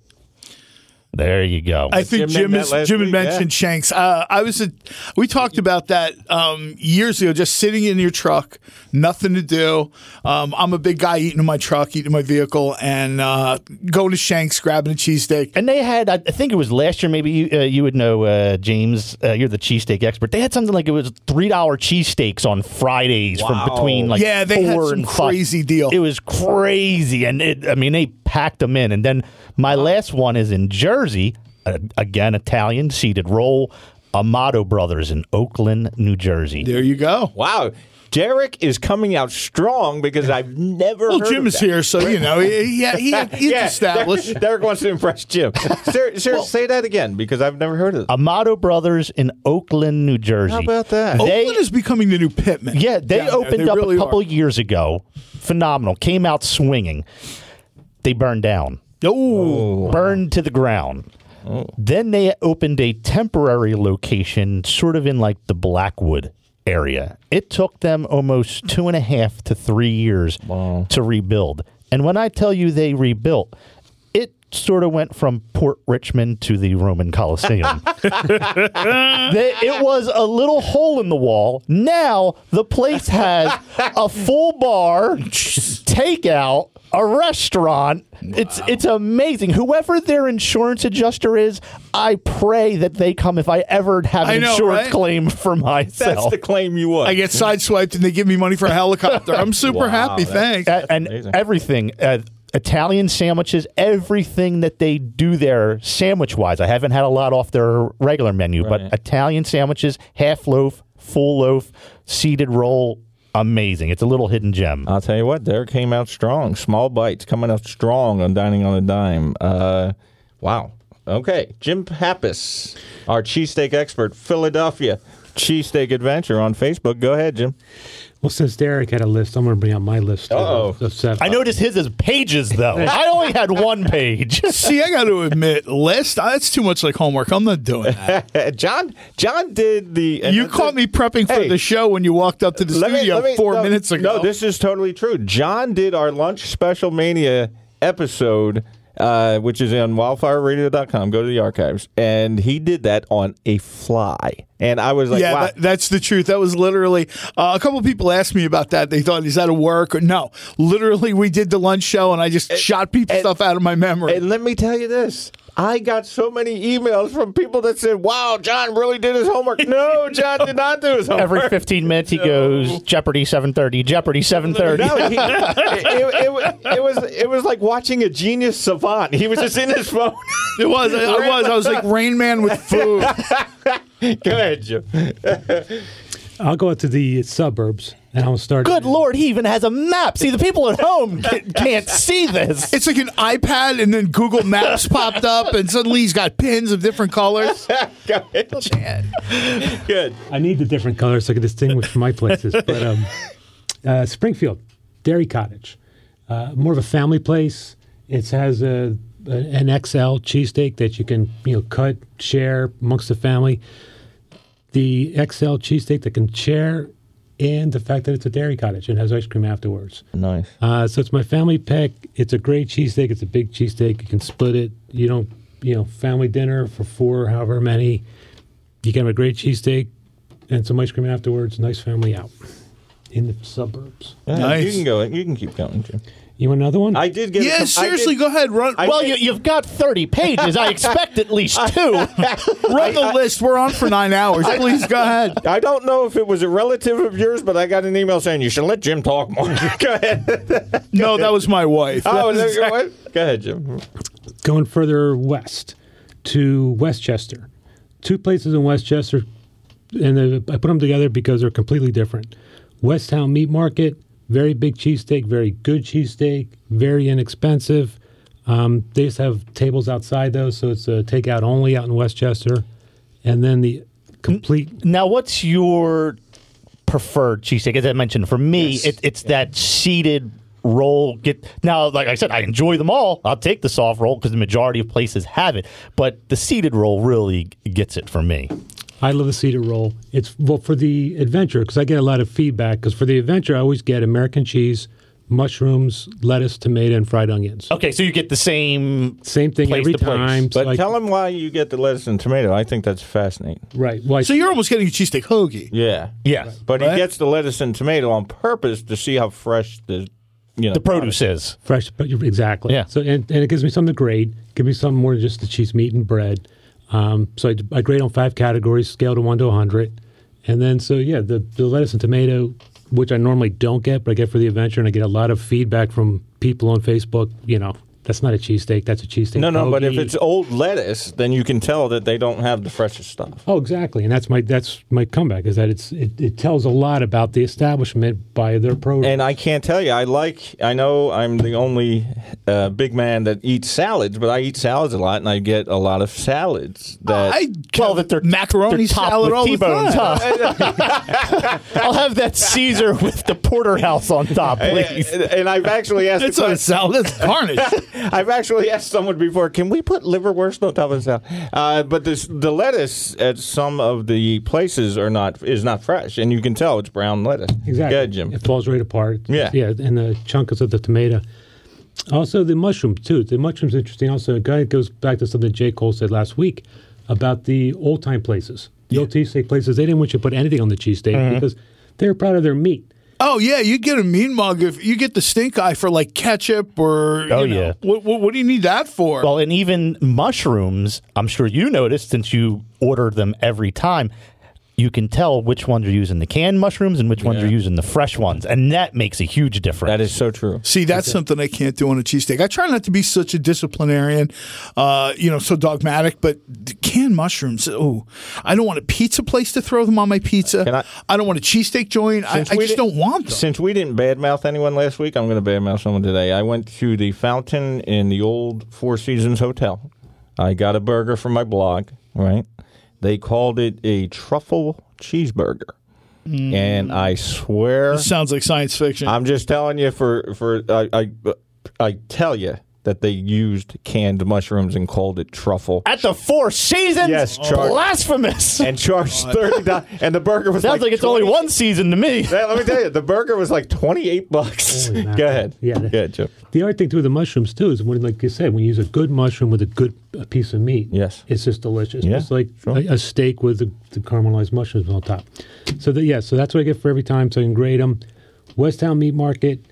Speaker 4: There you go.
Speaker 3: I think
Speaker 2: Jim
Speaker 3: Jim
Speaker 2: named
Speaker 3: is,
Speaker 2: that last
Speaker 3: Jim had
Speaker 2: week,
Speaker 3: mentioned Shanks. Uh, I was a, we talked about that um, years ago. Just sitting in your truck, nothing to do. Um, I'm a big guy eating in my truck, eating in my vehicle, and uh, going to Shanks, grabbing a cheesesteak.
Speaker 4: and they had, I I think it was last year. Maybe you, uh, you would know, uh, James. Uh, you're the cheesesteak expert. They had something like it was three dollar cheesesteaks on Fridays
Speaker 2: Wow.
Speaker 4: from between like
Speaker 3: Yeah, they had
Speaker 4: four
Speaker 3: some
Speaker 4: and five.
Speaker 3: crazy deal.
Speaker 4: It was crazy, and it, I mean they packed them in. And then my last one is in Jersey, uh, again Italian seated roll. Amato Brothers in Oakland, New Jersey.
Speaker 3: There you go.
Speaker 2: Wow. Derek is coming out strong because I've never.
Speaker 3: Well,
Speaker 2: heard
Speaker 3: Jim
Speaker 2: of
Speaker 3: is
Speaker 2: that.
Speaker 3: here, so you know he, he, he, he's
Speaker 2: Yeah,
Speaker 3: established.
Speaker 2: Derek, Derek wants to impress Jim.
Speaker 3: *laughs*
Speaker 2: Sir, sir say that again because I've never heard of it.
Speaker 4: Amato Brothers in Oakland, New Jersey.
Speaker 2: How about that?
Speaker 4: *laughs* They-
Speaker 3: Oakland is becoming the new Pittman.
Speaker 4: Yeah, they
Speaker 3: Down there.
Speaker 4: opened
Speaker 3: They
Speaker 4: up
Speaker 3: really
Speaker 4: a couple
Speaker 3: are.
Speaker 4: years ago. Phenomenal. Came out swinging. They burned down,
Speaker 3: Oh,
Speaker 4: burned to the ground. Then they opened a temporary location, sort of in like the Blackwood area. It took them almost two and a half to three years to rebuild. And when I tell you they rebuilt, it sort of went from Port Richmond to the
Speaker 3: *laughs*
Speaker 4: Roman Coliseum. *laughs* They- it was a little hole in the wall. Now the place has a full bar, takeout, a restaurant. It's it's amazing. Whoever their insurance adjuster is, I pray that they come if I ever have
Speaker 3: I
Speaker 4: an
Speaker 3: know,
Speaker 4: insurance
Speaker 3: right?
Speaker 4: claim for
Speaker 2: That's
Speaker 4: myself.
Speaker 2: the claim you want.
Speaker 3: I get sideswiped and they give me money for a helicopter. I'm super happy. Thanks.
Speaker 4: *laughs* A- and
Speaker 2: amazing.
Speaker 4: everything. Uh, Italian sandwiches, everything that they do there sandwich wise. I haven't had a lot off their regular menu, but Italian sandwiches, half loaf, full loaf, seeded roll, amazing. It's a little hidden gem.
Speaker 2: I'll tell you what, Derek came out strong. Small bites coming out strong on Dining on a Dime. Uh, wow. Okay. Jim Pappas, our cheesesteak expert, Philadelphia Cheesesteak Adventure on Facebook. Go ahead, Jim.
Speaker 5: Well, since Derek had a list, I'm going to bring out my list.
Speaker 2: Uh-oh.
Speaker 5: of seven.
Speaker 4: I noticed his is
Speaker 2: *laughs*
Speaker 4: pages though. I only had one page.
Speaker 3: See, I got to admit, list that's too much like homework. I'm not doing that.
Speaker 2: Uh, John John did the.
Speaker 3: You caught me prepping for
Speaker 2: Hey.
Speaker 3: the show when you walked up to the
Speaker 2: Let me-
Speaker 3: studio
Speaker 2: let me-
Speaker 3: four
Speaker 2: no,
Speaker 3: minutes ago.
Speaker 2: No, this is totally true. John did our lunch special mania episode, uh, which is on wildfireradio.com. Go to the archives. And he did that on a fly. And I was like,
Speaker 3: yeah,
Speaker 2: wow.
Speaker 3: that, that's the truth. That was literally uh, a couple of people asked me about that. They thought, "Is that a work?" Or, no, literally, we did the lunch show, and I just shot people stuff out of my memory.
Speaker 2: And let me tell you this. I got so many emails from people that said, "Wow, John really did his homework." No, John did not do his homework.
Speaker 4: Every 15 minutes he goes Jeopardy 7:30, Jeopardy 7:30.
Speaker 2: no, he, it, it, wa- it was it was like watching a genius savant. He was just in his phone. *laughs*
Speaker 3: it was. I, I was. I was like Rain Man with food.
Speaker 2: Go ahead, Jim.
Speaker 5: I'll go out to the suburbs and I'll start.
Speaker 4: Good lord, he even has a map. See, the people
Speaker 2: *laughs*
Speaker 4: at home ca- can't see this.
Speaker 3: it's like an iPad, and then Google Maps popped up, and suddenly he's got pins of
Speaker 2: *laughs*
Speaker 3: different colors.
Speaker 2: Go ahead. Good.
Speaker 5: I need the different colors so I can distinguish my places.
Speaker 4: *laughs*
Speaker 5: But um, uh, Springfield, Dairy Cottage, uh, more of a family place. It has a, a- an XL cheesesteak that you can you know cut, share amongst the family. The XL cheesesteak that can share, and the fact that it's a dairy cottage and has ice cream afterwards.
Speaker 2: Nice.
Speaker 5: Uh, so it's my family pick. It's a great cheesesteak. It's a big cheesesteak. You can split it. You don't, you know, family dinner for four, however many. You can have a great cheesesteak and some ice cream afterwards. Nice family out in the suburbs.
Speaker 3: Nice.
Speaker 2: You can go. You can keep going, Jim.
Speaker 5: You want another one?
Speaker 2: I did get. a
Speaker 3: yeah,
Speaker 2: com- I did-
Speaker 3: seriously, go ahead, run,
Speaker 2: I
Speaker 4: Well,
Speaker 2: did-
Speaker 4: you, you've got 30 pages. I expect at least two.
Speaker 2: *laughs*
Speaker 3: run the list. We're on for nine hours. Please
Speaker 2: *laughs*
Speaker 3: go ahead.
Speaker 2: I don't know if it was a relative of yours, but I got an email saying you should let Jim talk more. *laughs* go
Speaker 3: *laughs*
Speaker 2: ahead.
Speaker 3: No, that was my wife.
Speaker 2: Oh,
Speaker 3: That
Speaker 2: there
Speaker 3: was-
Speaker 2: you go. What? Go ahead, Jim.
Speaker 5: going further west to Westchester. Two places in Westchester, and they're- I put them together because they're completely different. Westtown Meat Market, very big cheesesteak, very good cheesesteak, very inexpensive. Um, they just have tables outside though, so it's a takeout only out in Westchester. And then the complete
Speaker 4: Now, what's your preferred cheesesteak? As I mentioned, for me, it, it's that seeded roll. Get now, like I said, I enjoy them all. I'll take the soft roll because the majority of places have it, but the seeded roll really gets it for me.
Speaker 5: I love the cedar roll. It's well for the adventure because I get a lot of feedback. Because for the adventure, I always get American cheese, mushrooms, lettuce, tomato, and fried onions.
Speaker 4: Okay, so you get the same.
Speaker 5: Same thing
Speaker 4: Place
Speaker 5: every
Speaker 4: to place.
Speaker 5: time.
Speaker 2: But
Speaker 5: like-
Speaker 2: tell him why you get the lettuce and tomato. I think that's fascinating.
Speaker 5: right. Well, I-
Speaker 3: So you're almost getting a cheesesteak hoagie.
Speaker 2: Yeah.
Speaker 4: Yeah,
Speaker 2: But
Speaker 3: Right.
Speaker 2: he gets the lettuce and tomato on purpose to see how fresh the you know
Speaker 4: the produce is.
Speaker 5: fresh, but you're- exactly.
Speaker 4: Yeah.
Speaker 5: So and, and it gives me something to grade. Give me something more than just the cheese, meat, and bread. Um, so I, d- I grade on five categories, scale to one to hundred, and then so yeah, the, the lettuce and tomato, which I normally don't get, but I get for the adventure, and I get a lot of feedback from people on Facebook. You know, That's not a cheesesteak. That's a cheesesteak.
Speaker 2: No, no, but if
Speaker 5: hoagie.
Speaker 2: it's old lettuce, then you can tell that they don't have the freshest stuff.
Speaker 5: Oh, exactly, and that's my that's my comeback is that it's it, it tells a lot about the establishment by their program.
Speaker 2: And I can't tell you, I like, I know I'm the only uh, big man that eats salads, but I eat salads a lot and I get a lot of salads that.
Speaker 3: I
Speaker 4: Well, that they're
Speaker 3: macaroni
Speaker 4: they're topped
Speaker 3: salad
Speaker 4: with
Speaker 3: all the
Speaker 4: T-bones,
Speaker 3: time.
Speaker 4: huh? I'll have that Caesar with the porterhouse on top, please.
Speaker 2: *laughs* and, and I've actually asked
Speaker 3: That's
Speaker 2: the
Speaker 3: not a
Speaker 2: question-
Speaker 3: salad. That's garnish.
Speaker 2: I've actually asked someone before, can we put liverwurst on top of the salad? Uh, but this, the lettuce at some of the places are not is not fresh, and you can tell it's brown lettuce.
Speaker 5: exactly,
Speaker 2: Yeah, Jim.
Speaker 5: it falls right apart.
Speaker 2: Yeah.
Speaker 5: yeah, and the chunks of the tomato. Also, the mushroom too. The mushroom's interesting. Also, it kind of goes back to something Jay Cole said last week about the old time places, the old cheesesteak places. They didn't want you to put anything on the cheesesteak
Speaker 2: Mm-hmm.
Speaker 5: because they were proud of their meat.
Speaker 3: *laughs* Oh yeah, you get a mean mug if you get the stink eye for like ketchup or.
Speaker 4: Oh,
Speaker 3: you know,
Speaker 4: yeah.
Speaker 3: What, what, what do you need that for?
Speaker 4: Well, and even mushrooms, I'm sure you noticed since you order them every time. You can tell which ones are using the canned mushrooms and which ones are using the fresh ones, and that makes a huge difference.
Speaker 2: That is so true.
Speaker 3: See, that's something I can't do on a cheesesteak. I try not to be such a disciplinarian, uh, you know, so dogmatic, but the canned mushrooms, oh, I don't want a pizza place to throw them on my pizza.
Speaker 2: Can
Speaker 3: I,
Speaker 2: I-
Speaker 3: don't want a cheesesteak joint. I, I
Speaker 2: Since we
Speaker 3: just
Speaker 2: di-
Speaker 3: don't want them.
Speaker 2: Since we didn't badmouth anyone last week, I'm going to badmouth someone today. I went to the fountain in the old Four Seasons Hotel. I got a burger from my blog, right? They called it a truffle cheeseburger.
Speaker 4: Mm.
Speaker 2: And I swear.
Speaker 3: Sounds like science fiction.
Speaker 2: I'm just telling you for for I, I I tell you that they used canned mushrooms and called it
Speaker 4: *laughs*
Speaker 2: truffle
Speaker 4: At the Four Seasons,
Speaker 2: Yes, Charlie.
Speaker 4: blasphemous.
Speaker 2: and charged thirty dollars. And the burger was
Speaker 4: *laughs* Sounds like, it's
Speaker 2: 20
Speaker 4: only one season to me.
Speaker 2: Yeah, *laughs* let me tell you, the burger was like twenty eight bucks.
Speaker 5: Holy
Speaker 2: *laughs*
Speaker 5: mackerel.
Speaker 2: Go ahead.
Speaker 5: Yeah.
Speaker 2: Go ahead, Jim.
Speaker 5: The other thing too with the mushrooms too is when, like you said, when you use a good mushroom with a good uh piece of meat,
Speaker 2: Yes.
Speaker 5: it's just delicious.
Speaker 2: Yeah,
Speaker 5: it's like
Speaker 2: sure.
Speaker 5: a, a steak with the, the caramelized mushrooms on top. So the, yeah, so that's what I get for every time. So I can grade them. West Town Meat Market,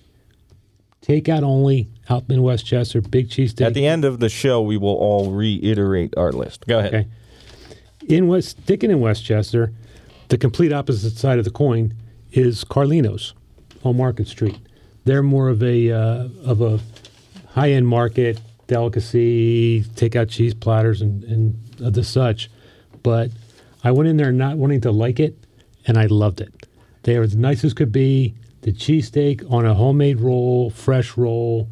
Speaker 5: takeout only, out in Westchester, big cheese steak.
Speaker 2: At the end of the show, we will all reiterate our list. Go ahead.
Speaker 5: Okay. In West, sticking in Westchester, the complete opposite side of the coin is Carlino's on Market Street. They're more of a uh, of a high end market delicacy, take out cheese platters and and of the such. But I went in there not wanting to like it, and I loved it. They are as nice as could be. The cheesesteak on a homemade roll, fresh roll,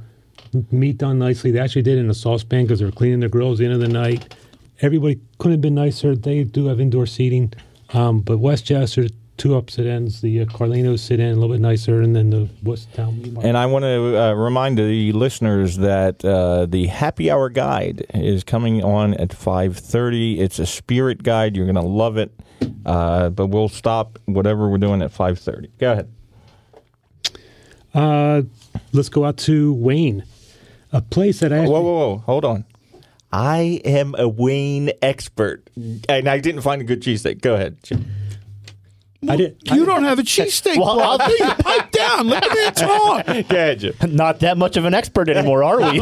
Speaker 5: meat done nicely. They actually did it in a saucepan because they were cleaning their grills at the end of the night. Everybody couldn't have been nicer. They do have indoor seating, um, but Westchester two upset ends. The uh, Carlinos sit in a little bit nicer, and then the West Town. Meat Market.
Speaker 2: And I want to uh, remind the listeners that uh, the Happy Hour Guide is coming on at 5.30. It's a spirit guide. You're going to love it. Uh, but we'll stop whatever we're doing at 5.30. Go ahead.
Speaker 5: Uh, let's go out to Wayne, a place that I
Speaker 2: Whoa, whoa, whoa. Hold on. I am a Wayne expert. And I didn't find a good cheesesteak. Go ahead. *laughs* Jim.
Speaker 5: I did.
Speaker 3: you don't have a cheesesteak.
Speaker 4: Well, I'll-
Speaker 3: Bob. Hey, pipe down. Let the man talk.
Speaker 2: Go ahead, Jim.
Speaker 4: Not that much of an expert anymore, are
Speaker 2: *laughs*
Speaker 4: we?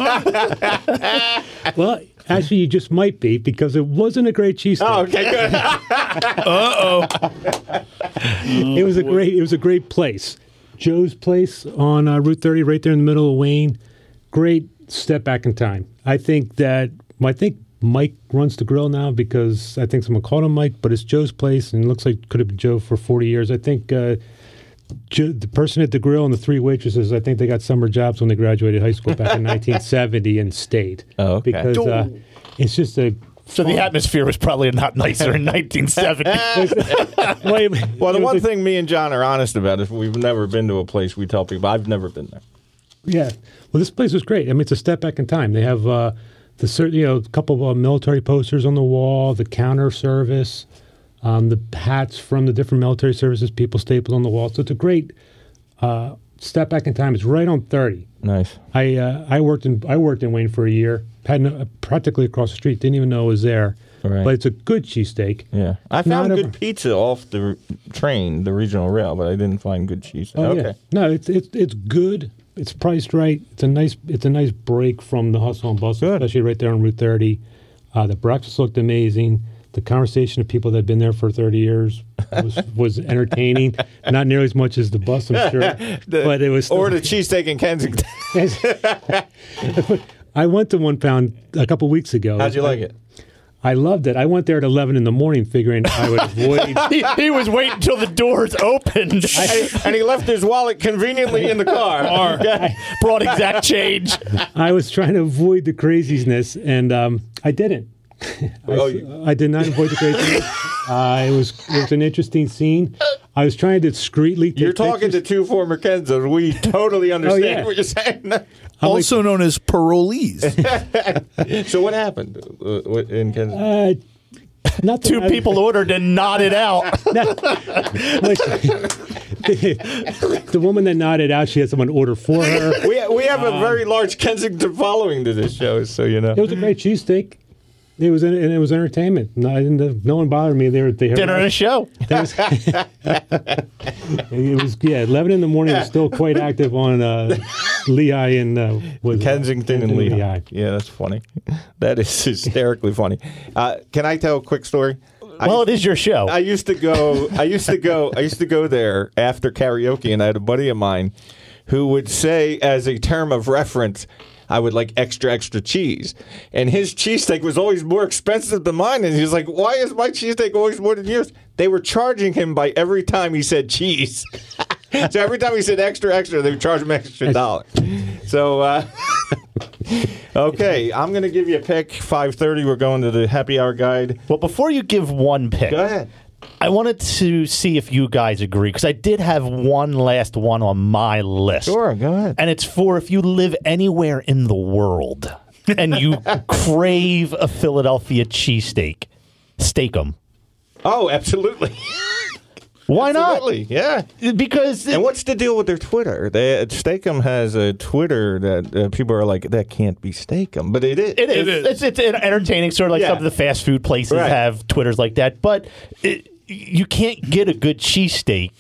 Speaker 5: Well, actually, you just might be because it wasn't a great cheesesteak.
Speaker 2: Oh, okay, good.
Speaker 5: it was a great it was a great place joe's place on uh, route 30 right there in the middle of wayne great step back in time i think that i think mike runs the grill now because i think someone called him mike but it's joe's place and it looks like could have been joe for 40 years i think uh, Joe, the person at the grill and the three waitresses i think they got summer jobs when they graduated high
Speaker 2: *laughs*
Speaker 5: school back in 1970 and stayed
Speaker 2: Oh, okay.
Speaker 5: because uh, it's just a
Speaker 4: so the atmosphere was probably not nicer
Speaker 2: *laughs*
Speaker 4: in 1970.
Speaker 2: *laughs* Well, the
Speaker 5: it was
Speaker 2: one
Speaker 5: a-
Speaker 2: thing me and John are honest about is we've never been to a place we tell people, I've never been there.
Speaker 5: Yeah. Well, this place was great. I mean, it's a step back in time. They have uh, the cer- you know a couple of uh, military posters on the wall, the counter service, um, the hats from the different military services people stapled on the wall. So it's a great uh, step back in time. It's right on thirty.
Speaker 2: Nice.
Speaker 5: I uh, I worked in I worked in Wayne for a year. Had no, uh, practically across the street. Didn't even know it was there.
Speaker 2: Right.
Speaker 5: But it's a good cheesesteak.
Speaker 2: Yeah, I found
Speaker 5: Not a-
Speaker 2: good pizza off the r- train, the regional rail, but I didn't find good cheese.
Speaker 5: Oh,
Speaker 2: okay,
Speaker 5: yeah. No, it's it's it's good. It's priced right. It's a nice it's a nice break from the hustle and bustle,
Speaker 2: Good.
Speaker 5: especially right there on Route 30. Uh, the breakfast looked amazing. The conversation of people that have been there for 30 years
Speaker 2: *laughs*
Speaker 5: was, was entertaining. Not nearly as much as the bus, I'm sure,
Speaker 2: *laughs* The-
Speaker 5: but it was.
Speaker 2: or the
Speaker 5: still-
Speaker 2: cheesesteak in Kensington.
Speaker 5: I went to One Pound a couple weeks ago.
Speaker 2: How'd you like
Speaker 5: *laughs*
Speaker 2: it?
Speaker 5: I loved it. I went there at 11 in the morning figuring
Speaker 2: *laughs*
Speaker 5: I would avoid.
Speaker 4: he, he was waiting till the doors
Speaker 2: *laughs*
Speaker 4: opened. I
Speaker 2: and he left his wallet conveniently in the
Speaker 5: *laughs*
Speaker 2: car.
Speaker 4: *laughs* brought exact change.
Speaker 5: I was trying to avoid the craziness, and um, I didn't.
Speaker 2: *laughs* Oh,
Speaker 5: I,
Speaker 2: you-
Speaker 5: I did not avoid
Speaker 2: *laughs*
Speaker 5: the craziness. uh, it was it was an interesting scene. I was trying to discreetly. Take
Speaker 2: You're talking to
Speaker 5: pictures.
Speaker 2: two former Kenzos. We totally understand
Speaker 5: Oh, yeah.
Speaker 2: what you're saying. *laughs*
Speaker 3: also known as parolees.
Speaker 2: so what happened uh, what- in Kenzos?
Speaker 5: Uh, not that
Speaker 4: Two
Speaker 5: I-
Speaker 4: people ordered and nodded out.
Speaker 5: Listen, the, *laughs* the woman that nodded out, she had someone order for her.
Speaker 2: we, we have a very large Kensington following to this show, so you know.
Speaker 5: um, It was a great cheesesteak. It was and it was entertainment. No, I didn't, no one bothered me. They were they
Speaker 4: Dinner and a show.
Speaker 5: It was *laughs* yeah, eleven in the morning. Was still quite active on uh, Lehigh and uh, was it?
Speaker 2: Kensington and
Speaker 5: Kensington
Speaker 2: Lehigh. Yeah, that's funny. *laughs* That is *laughs* hysterically funny. Uh, can I tell a quick story?
Speaker 4: Well, it is your show.
Speaker 2: I used to go. I used to go. I used to go there after karaoke, and I had a buddy of mine who would say, as a term of reference, "I would like extra, extra cheese." And his cheesesteak was always more expensive than mine. And he was like, "Why is my cheesesteak always more than yours?" They were charging him by every time he said cheese. *laughs* so every time he said extra, extra, they would charge him an extra dollar. So. Uh, *laughs* Okay, I'm going to give you a pick. 5:30. We're going to the happy hour guide.
Speaker 4: Well, before you give one pick,
Speaker 2: Go ahead.
Speaker 4: I wanted to see if you guys agree because I did have one last one on my list.
Speaker 2: Sure, go ahead.
Speaker 4: And it's for if you live anywhere in the world and
Speaker 2: *laughs*
Speaker 4: you crave a Philadelphia cheesesteak, steak them.
Speaker 2: Oh, absolutely. *laughs*
Speaker 4: Why
Speaker 2: Absolutely, yeah.
Speaker 4: not? Because
Speaker 2: And what's the deal with their Twitter? They, Steakum has a Twitter that uh, people are like, that can't be Steakum, but it is.
Speaker 4: It is.
Speaker 3: It is.
Speaker 4: It's, it's en- entertaining, sort of like
Speaker 2: Yeah.
Speaker 4: some of the fast food places
Speaker 2: Right.
Speaker 4: have Twitters like that. But it, you can't get a good cheesesteak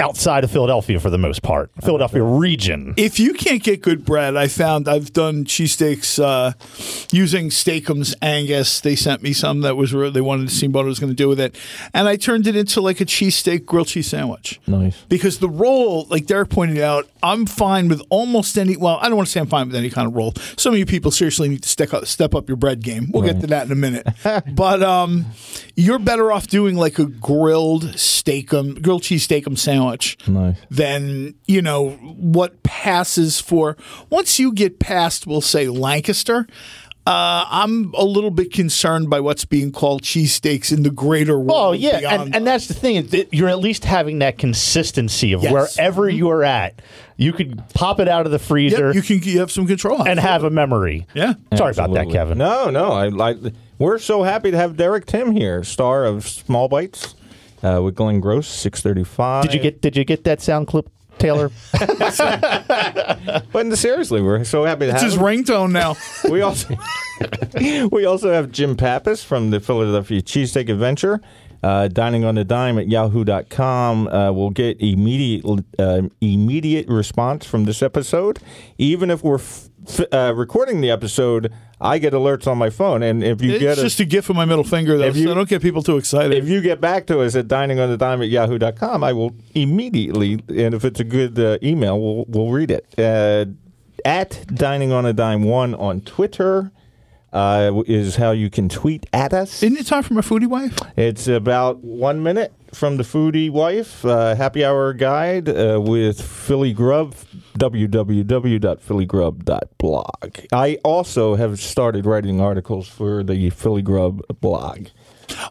Speaker 4: outside of Philadelphia for the most part, Philadelphia region.
Speaker 3: if you can't get good bread, I found I've done cheesesteaks uh, using Steakums Angus. They sent me some that was re- they wanted to see what I was going to do with it, and I turned it into like a cheesesteak grilled cheese sandwich.
Speaker 2: Nice.
Speaker 3: because the roll, like Derek pointed out, I'm fine with almost any. Well, I don't want to say I'm fine with any kind of roll. Some of you people seriously need to step up, step up your bread game. We'll get to that in a
Speaker 4: *laughs*
Speaker 3: minute. but um, you're better off doing like a grilled steakum, grilled cheese steakum sandwich
Speaker 2: Nice.
Speaker 3: than you know what passes for. Once you get past, we'll say Lancaster. Uh, I'm a little bit concerned by what's being called cheesesteaks in the greater world.
Speaker 4: Oh yeah,
Speaker 3: beyond
Speaker 4: and, and that's the thing. is that You're at least having that consistency of
Speaker 3: Yes. Mm-hmm.
Speaker 4: wherever you're at, you could pop it out of the
Speaker 3: Yep,
Speaker 4: freezer
Speaker 3: you can you have some control.
Speaker 4: and have a memory.
Speaker 3: Yeah.
Speaker 4: Sorry about that, Kevin.
Speaker 2: No, no. I, I, we're so happy to have Derek Tim here, star of Small Bites uh, with Glenn Gross, 635.
Speaker 4: Did you get Did you get that sound clip,
Speaker 3: *laughs*
Speaker 4: Taylor?
Speaker 2: But seriously, we're so happy to
Speaker 3: It's
Speaker 2: have
Speaker 3: his
Speaker 2: him.
Speaker 3: ringtone now.
Speaker 2: we also we also have Jim Pappas from the Philadelphia Cheesesteak Adventure. Uh, dining on the dime at yahoo.com uh, will get immediate uh, immediate response from this episode even if we're f- f- uh, recording the episode i get alerts on my phone and if *laughs* you
Speaker 3: It's
Speaker 2: get
Speaker 3: just
Speaker 2: a,
Speaker 3: a gif of my middle finger, though,
Speaker 2: If you-
Speaker 3: so don't get people too excited.
Speaker 2: if you get back to us at dining on the dime at yahoo.com i will immediately and if it's a good uh, email we'll, we'll read it uh, at dining on a dime one on twitter uh, is how you can tweet at us
Speaker 3: Isn't it time for my foodie wife?
Speaker 2: it's about one minute from the foodie wife uh, happy hour guide uh, with Philly Grub, www.phillygrub.blog. I also have started writing articles for the Philly Grub blog.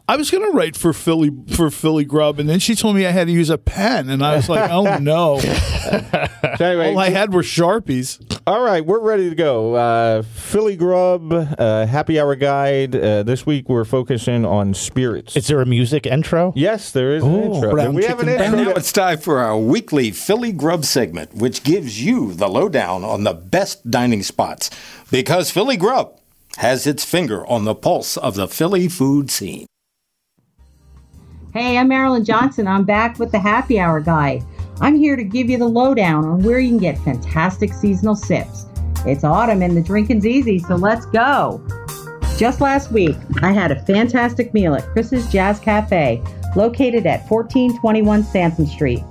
Speaker 3: I was going to write for Philly for Philly Grub, and then she told me I had to use a pen, and I was like,
Speaker 2: *laughs*
Speaker 3: oh no!
Speaker 2: So anyway,
Speaker 3: All I had were sharpies.
Speaker 2: all right, we're ready to go. Uh, Philly Grub, uh, happy hour guide. Uh, this week we're focusing on spirits.
Speaker 4: Is there a music intro?
Speaker 2: yes, there is an intro.
Speaker 3: brown
Speaker 2: we have an
Speaker 3: chicken
Speaker 2: intro.
Speaker 6: And now
Speaker 2: that-
Speaker 6: it's time for our weekly Philly Grub segment, which gives you the lowdown on the best dining spots because Philly Grub has its finger on the pulse of the Philly food scene.
Speaker 7: Hey, I'm Marilyn Johnson. I'm back with the Happy Hour Guy. I'm here to give you the lowdown on where you can get fantastic seasonal sips. It's autumn and the drinking's easy, so let's go. Just last week, I had a fantastic meal at Chris's Jazz Cafe, located at 1421 Sansom Street.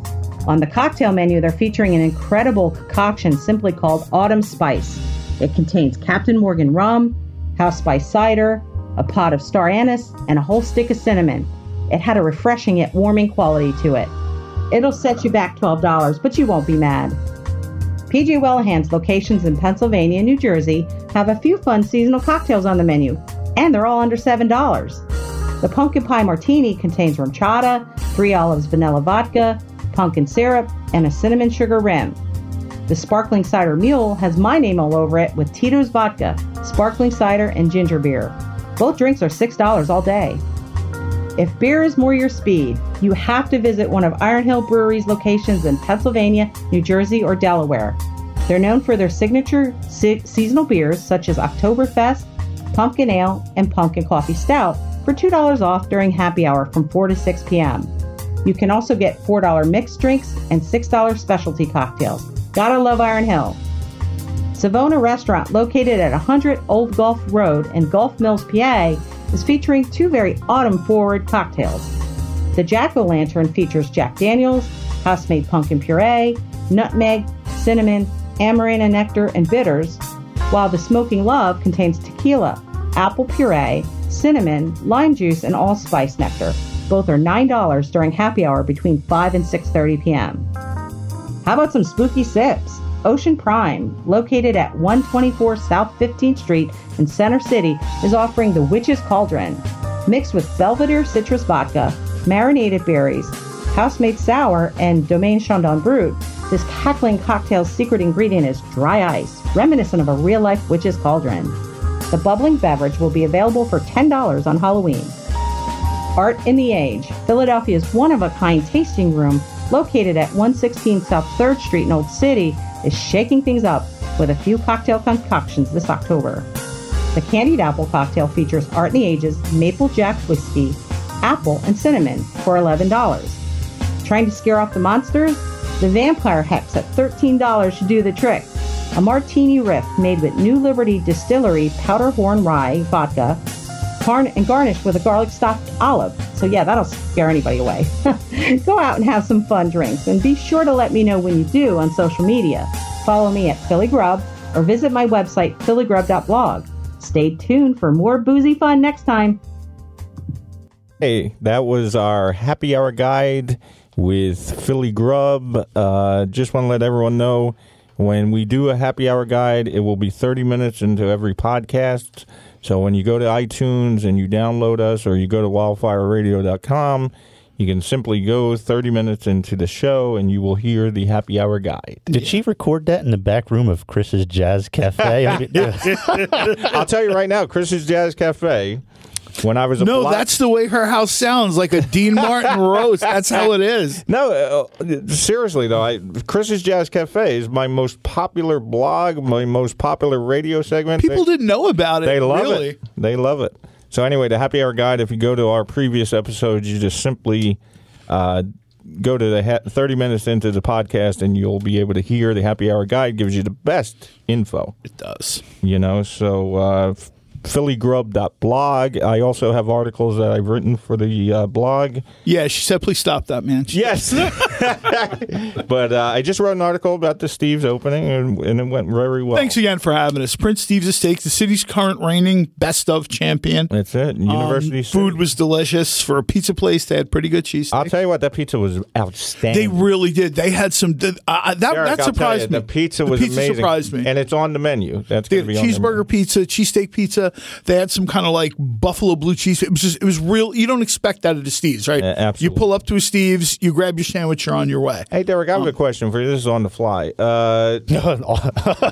Speaker 7: On the cocktail menu, they're featuring an incredible concoction simply called Autumn Spice. It contains Captain Morgan rum, house spice cider, a pot of star anise, and a whole stick of cinnamon. It had a refreshing yet warming quality to it. It'll set you back $12, but you won't be mad. PJ Wellahan's locations in Pennsylvania and New Jersey have a few fun seasonal cocktails on the menu, and they're all under $7. The pumpkin pie martini contains rum chata, three olives vanilla vodka, pumpkin syrup, and a cinnamon sugar rim. The sparkling cider mule has my name all over it with Tito's vodka, sparkling cider, and ginger beer. Both drinks are $6 all day. If beer is more your speed, you have to visit one of Iron Hill Brewery's locations in Pennsylvania, New Jersey, or Delaware. They're known for their signature se- seasonal beers such as Oktoberfest, Pumpkin Ale, and Pumpkin Coffee Stout for $2 off during happy hour from 4 to 6 p.m. You can also get $4 mixed drinks and $6 specialty cocktails. Gotta love Iron Hill. Savona Restaurant, located at 100 Old Gulf Road in Gulf Mills, PA, is featuring two very autumn forward cocktails. The Jack O' Lantern features Jack Daniels, house made pumpkin puree, nutmeg, cinnamon, amarena nectar, and bitters, while the Smoking Love contains tequila, apple puree, cinnamon, lime juice, and allspice nectar. Both are $9 during happy hour between 5 and 6.30 p.m. How about some spooky sips? Ocean Prime, located at 124 South 15th Street in Center City, is offering the Witch's Cauldron, mixed with Belvedere citrus vodka, marinated berries, house-made sour, and Domaine Chandon Brut. This cackling cocktail's secret ingredient is dry ice, reminiscent of a real-life witch's cauldron. The bubbling beverage will be available for $10 on Halloween. Art in the Age, Philadelphia's one of a kind tasting room located at 116 South 3rd Street in Old City, is shaking things up with a few cocktail concoctions this October. The Candied Apple cocktail features Art in the Age's Maple Jack Whiskey, Apple, and Cinnamon for $11. Trying to scare off the monsters? The Vampire Hex at $13 should do the trick. A martini riff made with New Liberty Distillery Powderhorn Rye vodka, Garn- and garnish with a garlic stuffed olive. So, yeah, that'll scare anybody away. *laughs* Go out and have some fun drinks, and be sure to let me know when you do on social media. Follow me at Philly Grub or visit my website, phillygrub.blog. Stay tuned for more boozy fun next time.
Speaker 2: Hey, that was our happy hour guide with Philly Grub. Uh, just want to let everyone know when we do a happy hour guide, it will be 30 minutes into every podcast. So when you go to iTunes and you download us or you go to wildfireradio.com, you can simply go 30 minutes into the show and you will hear the happy hour guide.
Speaker 4: Did she record that in the back room of Chris's Jazz
Speaker 3: *laughs*
Speaker 4: Cafe? I mean, *laughs*
Speaker 2: I'll tell you right now, Chris's Jazz Cafe, when I was a
Speaker 3: No,
Speaker 2: block-
Speaker 3: that's the way her house sounds like
Speaker 2: *laughs*
Speaker 3: a Dean Martin roast. That's how it is.
Speaker 2: No, uh, seriously though, I, Chris's Jazz Cafe is my most popular blog, my most popular radio segment.
Speaker 3: People
Speaker 2: they,
Speaker 3: didn't know about it.
Speaker 2: they love
Speaker 3: really.
Speaker 2: it. They love it. So anyway, the happy hour guide. If you go to our previous episodes, you just simply uh, go to the ha- thirty minutes into the podcast, and you'll be able to hear the happy hour guide. Gives you the best info
Speaker 3: It does.
Speaker 2: you know so uh, phillygrub.blog i also have articles that i've written for the uh, blog
Speaker 3: Yeah, she said, please stop that, man. She-
Speaker 2: yes *laughs* but uh, i just wrote an article about the steve's opening and, and it went very well
Speaker 3: Thanks again for having us. Prince Steve's Estates, the city's current reigning best of champion.
Speaker 2: that's it university City.
Speaker 3: Um, food was delicious for a pizza place. They had pretty good cheese.
Speaker 2: i'll tell you what that pizza was outstanding
Speaker 3: They really did. They had some. did- Uh, that
Speaker 2: Eric,
Speaker 3: that
Speaker 2: I'll tell
Speaker 3: surprised
Speaker 2: you,
Speaker 3: me.
Speaker 2: the pizza was amazing
Speaker 3: surprised me.
Speaker 2: and it's on the menu that's
Speaker 3: They
Speaker 2: going to
Speaker 3: had
Speaker 2: be on the menu.
Speaker 3: cheeseburger pizza, cheesesteak pizza. They had some kind of like buffalo blue cheese. It was just, it was real. You don't expect that at a Steve's, right?
Speaker 2: Uh, absolutely.
Speaker 3: You pull up to a Steve's, you grab your sandwich, you're on your way.
Speaker 2: hey derek i
Speaker 3: Oh.
Speaker 2: have a question for you this is on the fly uh,
Speaker 3: *laughs*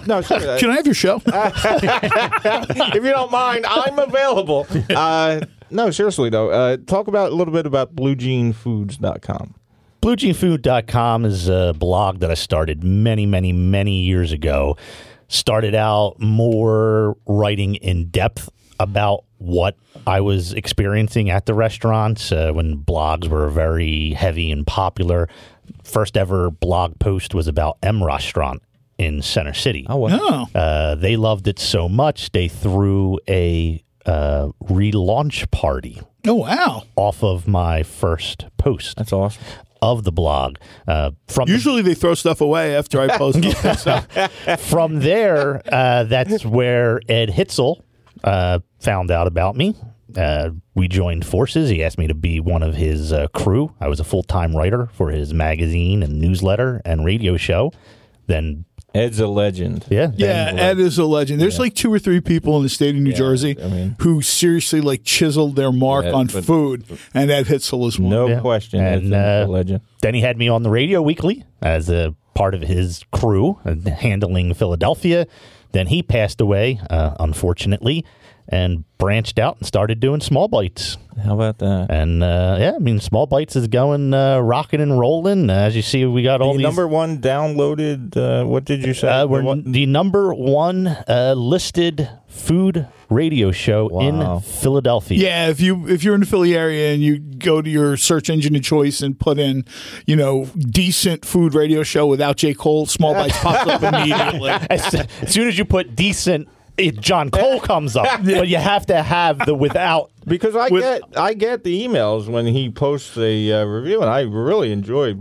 Speaker 2: no sure, uh,
Speaker 3: Can I have
Speaker 2: *laughs*
Speaker 3: your show?
Speaker 2: if you don't mind, I'm
Speaker 3: *laughs*
Speaker 2: available. Uh, no, seriously though, uh, talk about a little bit about BlueJeanFoods.com.
Speaker 4: BlueJeanFood.com is a blog that I started many, many, many years ago. Started out more writing in depth about what I was experiencing at the restaurants uh, when blogs were very heavy and popular. First ever blog post was about M Restaurant in Center City. Oh,
Speaker 3: no.
Speaker 4: uh, they loved it so much they threw a uh, relaunch party
Speaker 3: Oh wow.
Speaker 4: off of my first post
Speaker 2: That's awesome.
Speaker 4: of the blog. Uh, from the-
Speaker 3: Usually they throw stuff away after
Speaker 2: *laughs*
Speaker 3: I post it. So
Speaker 4: *laughs* from there, uh, that's where Ed Hitzel uh, found out about me. Uh, we joined forces. He asked me to be one of his uh, crew. I was a full time writer for his magazine and newsletter and radio show. Then,
Speaker 2: Ed's a legend.
Speaker 4: yeah, then-
Speaker 3: yeah, Ed is a legend. There's like two or three people in the state of New Jersey
Speaker 2: I mean-
Speaker 3: who seriously like chiseled their mark
Speaker 2: Yeah,
Speaker 3: on
Speaker 2: but-
Speaker 3: food, and Ed Hitzel is one.
Speaker 2: No
Speaker 4: Yeah.
Speaker 2: question. Ed's
Speaker 4: And, uh,
Speaker 2: a legend.
Speaker 4: Then he had me on the radio weekly as a part of his crew uh, handling Philadelphia. Then he passed away, uh, unfortunately, and branched out and started doing small bites.
Speaker 2: How about that?
Speaker 4: And uh, yeah, I mean, small bites is going uh, rocking and rolling. Uh, as you see, we got all
Speaker 2: the
Speaker 4: these.
Speaker 2: number one downloaded. Uh, what did you say?
Speaker 4: uh, we're
Speaker 2: The one-
Speaker 4: the number one uh, listed food radio show
Speaker 2: Wow.
Speaker 4: in Philadelphia.
Speaker 3: Yeah, if you if you're in the Philly area and you go to your search engine of choice and put in, you know, decent food radio show without J Cole, Small Bites pops
Speaker 2: *laughs*
Speaker 3: up immediately.
Speaker 4: *laughs* as, as soon as you put decent, it, John Cole
Speaker 2: *laughs*
Speaker 4: comes up, but you have to have the without.
Speaker 2: because I
Speaker 4: with-
Speaker 2: get I get the emails when he posts a uh, review, and I really enjoy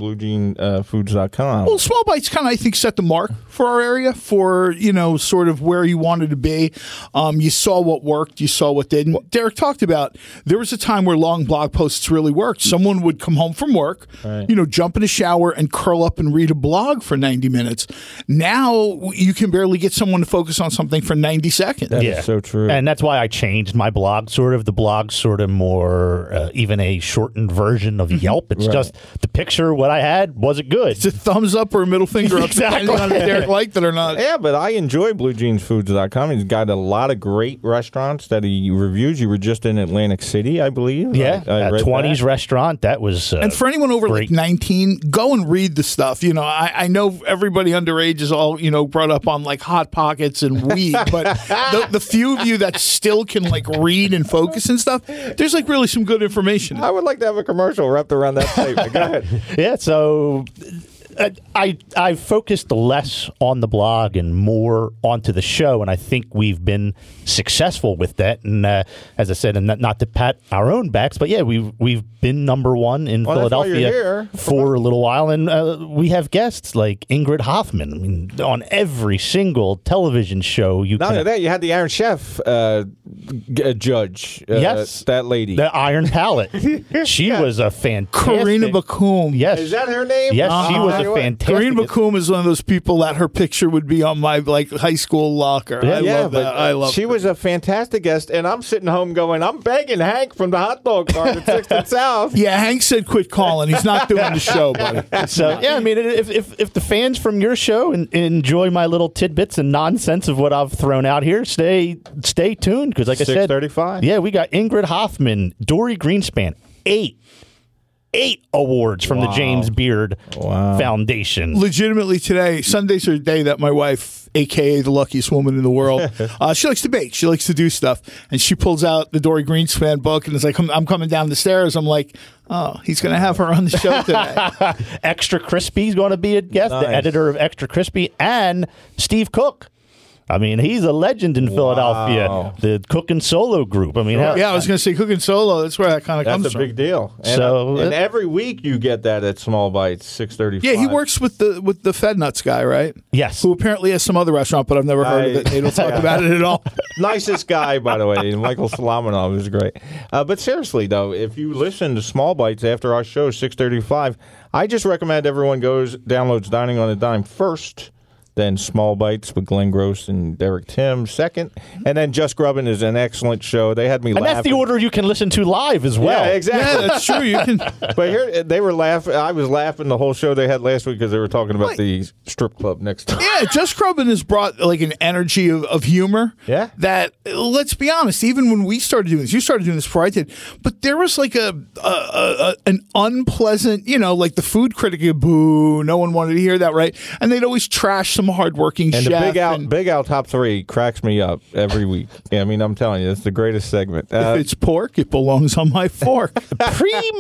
Speaker 2: BlueJeanFoods.com.
Speaker 3: Well, Small Bites kind of I think set the mark for our area for you know sort of where you wanted to be. Um, you saw what worked, you saw what didn't. Derek talked about there was a time where long blog posts really worked. Someone would come home from work, you know, jump in a shower and curl up and read a blog for ninety minutes. Now you can barely get someone to focus on something for ninety seconds.
Speaker 2: That is so true.
Speaker 4: And that's why I changed my blog, sort of the blog, sort of more uh, even a shortened version of
Speaker 2: Mm-hmm.
Speaker 4: Yelp. It's just the picture, what I had, was it good?
Speaker 3: It's a thumbs up or a middle finger up,
Speaker 4: Exactly.
Speaker 3: depending on if Derek liked it or not.
Speaker 2: Yeah, but I enjoy BlueJeansFoods.com. He's got a lot of great restaurants that he reviews. You were just in Atlantic City, I believe.
Speaker 4: yeah,
Speaker 2: I, I
Speaker 4: a
Speaker 2: read
Speaker 4: 20s
Speaker 2: that.
Speaker 4: restaurant. That was. Uh,
Speaker 3: And for anyone over like
Speaker 4: Great.
Speaker 3: 19, go and read the stuff. You know, I, I know everybody underage is all, you know, brought up on like Hot Pockets and weed, but the, the few of you that still can like read and focus and stuff, there's like really some good information.
Speaker 2: I would like to have a commercial wrapped around that statement. Go ahead.
Speaker 4: *laughs* yeah, so uh, I I focused less on the blog and more onto the show, and I think we've been successful with that. And uh, as I said, and not, not to pat our own backs, but yeah, we've we've been number one in
Speaker 2: Well, that's why you're
Speaker 4: Philadelphia
Speaker 2: here.
Speaker 4: for a little while, and uh, we have guests like Ingrid Hoffman. I mean, on every single television show you
Speaker 2: Not
Speaker 4: can.
Speaker 2: only that, you had the Iron Chef uh, g- uh, judge. Uh,
Speaker 4: Yes.
Speaker 2: that lady.
Speaker 4: The Iron
Speaker 2: *laughs*
Speaker 4: Palette. She was a fantastic.
Speaker 3: Karina Bakum.
Speaker 4: Yes.
Speaker 2: Is that her name?
Speaker 4: Yes, she
Speaker 2: Uh-huh.
Speaker 4: was
Speaker 2: Tell you
Speaker 4: a
Speaker 2: what.
Speaker 4: fantastic.
Speaker 3: Karina Bakum is one of those people that her picture would be on my like high school locker. I
Speaker 2: yeah,
Speaker 3: love
Speaker 2: but
Speaker 3: that. I love
Speaker 2: she
Speaker 3: that.
Speaker 2: was a fantastic guest, and I'm sitting home going, I'm begging Hank from the hot dog bar at Sixth
Speaker 3: *laughs*
Speaker 2: and South.
Speaker 3: Yeah, Hank said quit calling. He's not doing the show, buddy.
Speaker 4: *laughs* So yeah, I mean, if if, if the fans from your show en- enjoy my little tidbits and nonsense of what I've thrown out here, stay stay tuned because, like I said,
Speaker 2: 6:35.
Speaker 4: Yeah, we got Ingrid Hoffman, Dory Greenspan, eight eight awards from the James Beard Foundation.
Speaker 3: legitimately today, Sundays are a day that my wife, aka the luckiest woman in
Speaker 2: *laughs*
Speaker 3: the world, uh, she likes to bake. She likes to do stuff, and she pulls out the Dory Greenspan book and is like, "I'm, I'm coming down the stairs." I'm like, "Oh, he's gonna have her on the
Speaker 2: *laughs*
Speaker 3: show today."
Speaker 4: Extra Crispy is going to be a guest, the
Speaker 2: Nice.
Speaker 4: editor of Extra Crispy, and Steve Cook. I mean, he's a legend in Philadelphia. The Cook and Solo Group. I mean, how-
Speaker 3: yeah, I was gonna say cooking solo. That's where that kind of comes
Speaker 2: That's a
Speaker 3: from.
Speaker 2: big deal. And,
Speaker 4: So-
Speaker 2: uh, and every week you get that at Small Bites, six thirty.
Speaker 3: yeah, he works with the with the Fed Nuts guy, right?
Speaker 4: Yes.
Speaker 3: Who apparently has some other restaurant, but I've never heard of
Speaker 2: I-
Speaker 3: it.
Speaker 2: *laughs*
Speaker 3: They don't talk about it at all.
Speaker 2: Nicest guy, by the
Speaker 3: *laughs*
Speaker 2: way. Michael Solomonov is great. Uh, but seriously, though, if you listen to Small Bites after our show, six thirty-five, I just recommend everyone goes downloads Dining on a Dime first. Then Small Bites with Glenn Gross and Derek Tim second, and then Just Grubbin is an excellent show. They had me
Speaker 4: and
Speaker 2: laughing.
Speaker 4: that's the order you can listen to live as well.
Speaker 2: Yeah, exactly.
Speaker 3: Yeah, that's true. You can.
Speaker 2: *laughs* But here they were laughing. I was laughing the whole show they had last week because they were talking about
Speaker 3: Right.
Speaker 2: the strip club next time.
Speaker 3: Yeah, Just Crubbin has brought like an energy of, of humor.
Speaker 2: Yeah.
Speaker 3: That let's be honest, even when we started doing this, you started doing this before I did, but there was like a, a, a, a an unpleasant, you know, like the food critic, boo, no one wanted to hear that, right? And they'd always trash handsome, hardworking
Speaker 2: *laughs* And the
Speaker 3: chef.
Speaker 2: big out,
Speaker 3: and
Speaker 2: big out top three cracks me up every week. I mean, I'm telling you, it's the greatest segment. Uh,
Speaker 3: if it's pork, it belongs on my
Speaker 2: *laughs*
Speaker 3: fork.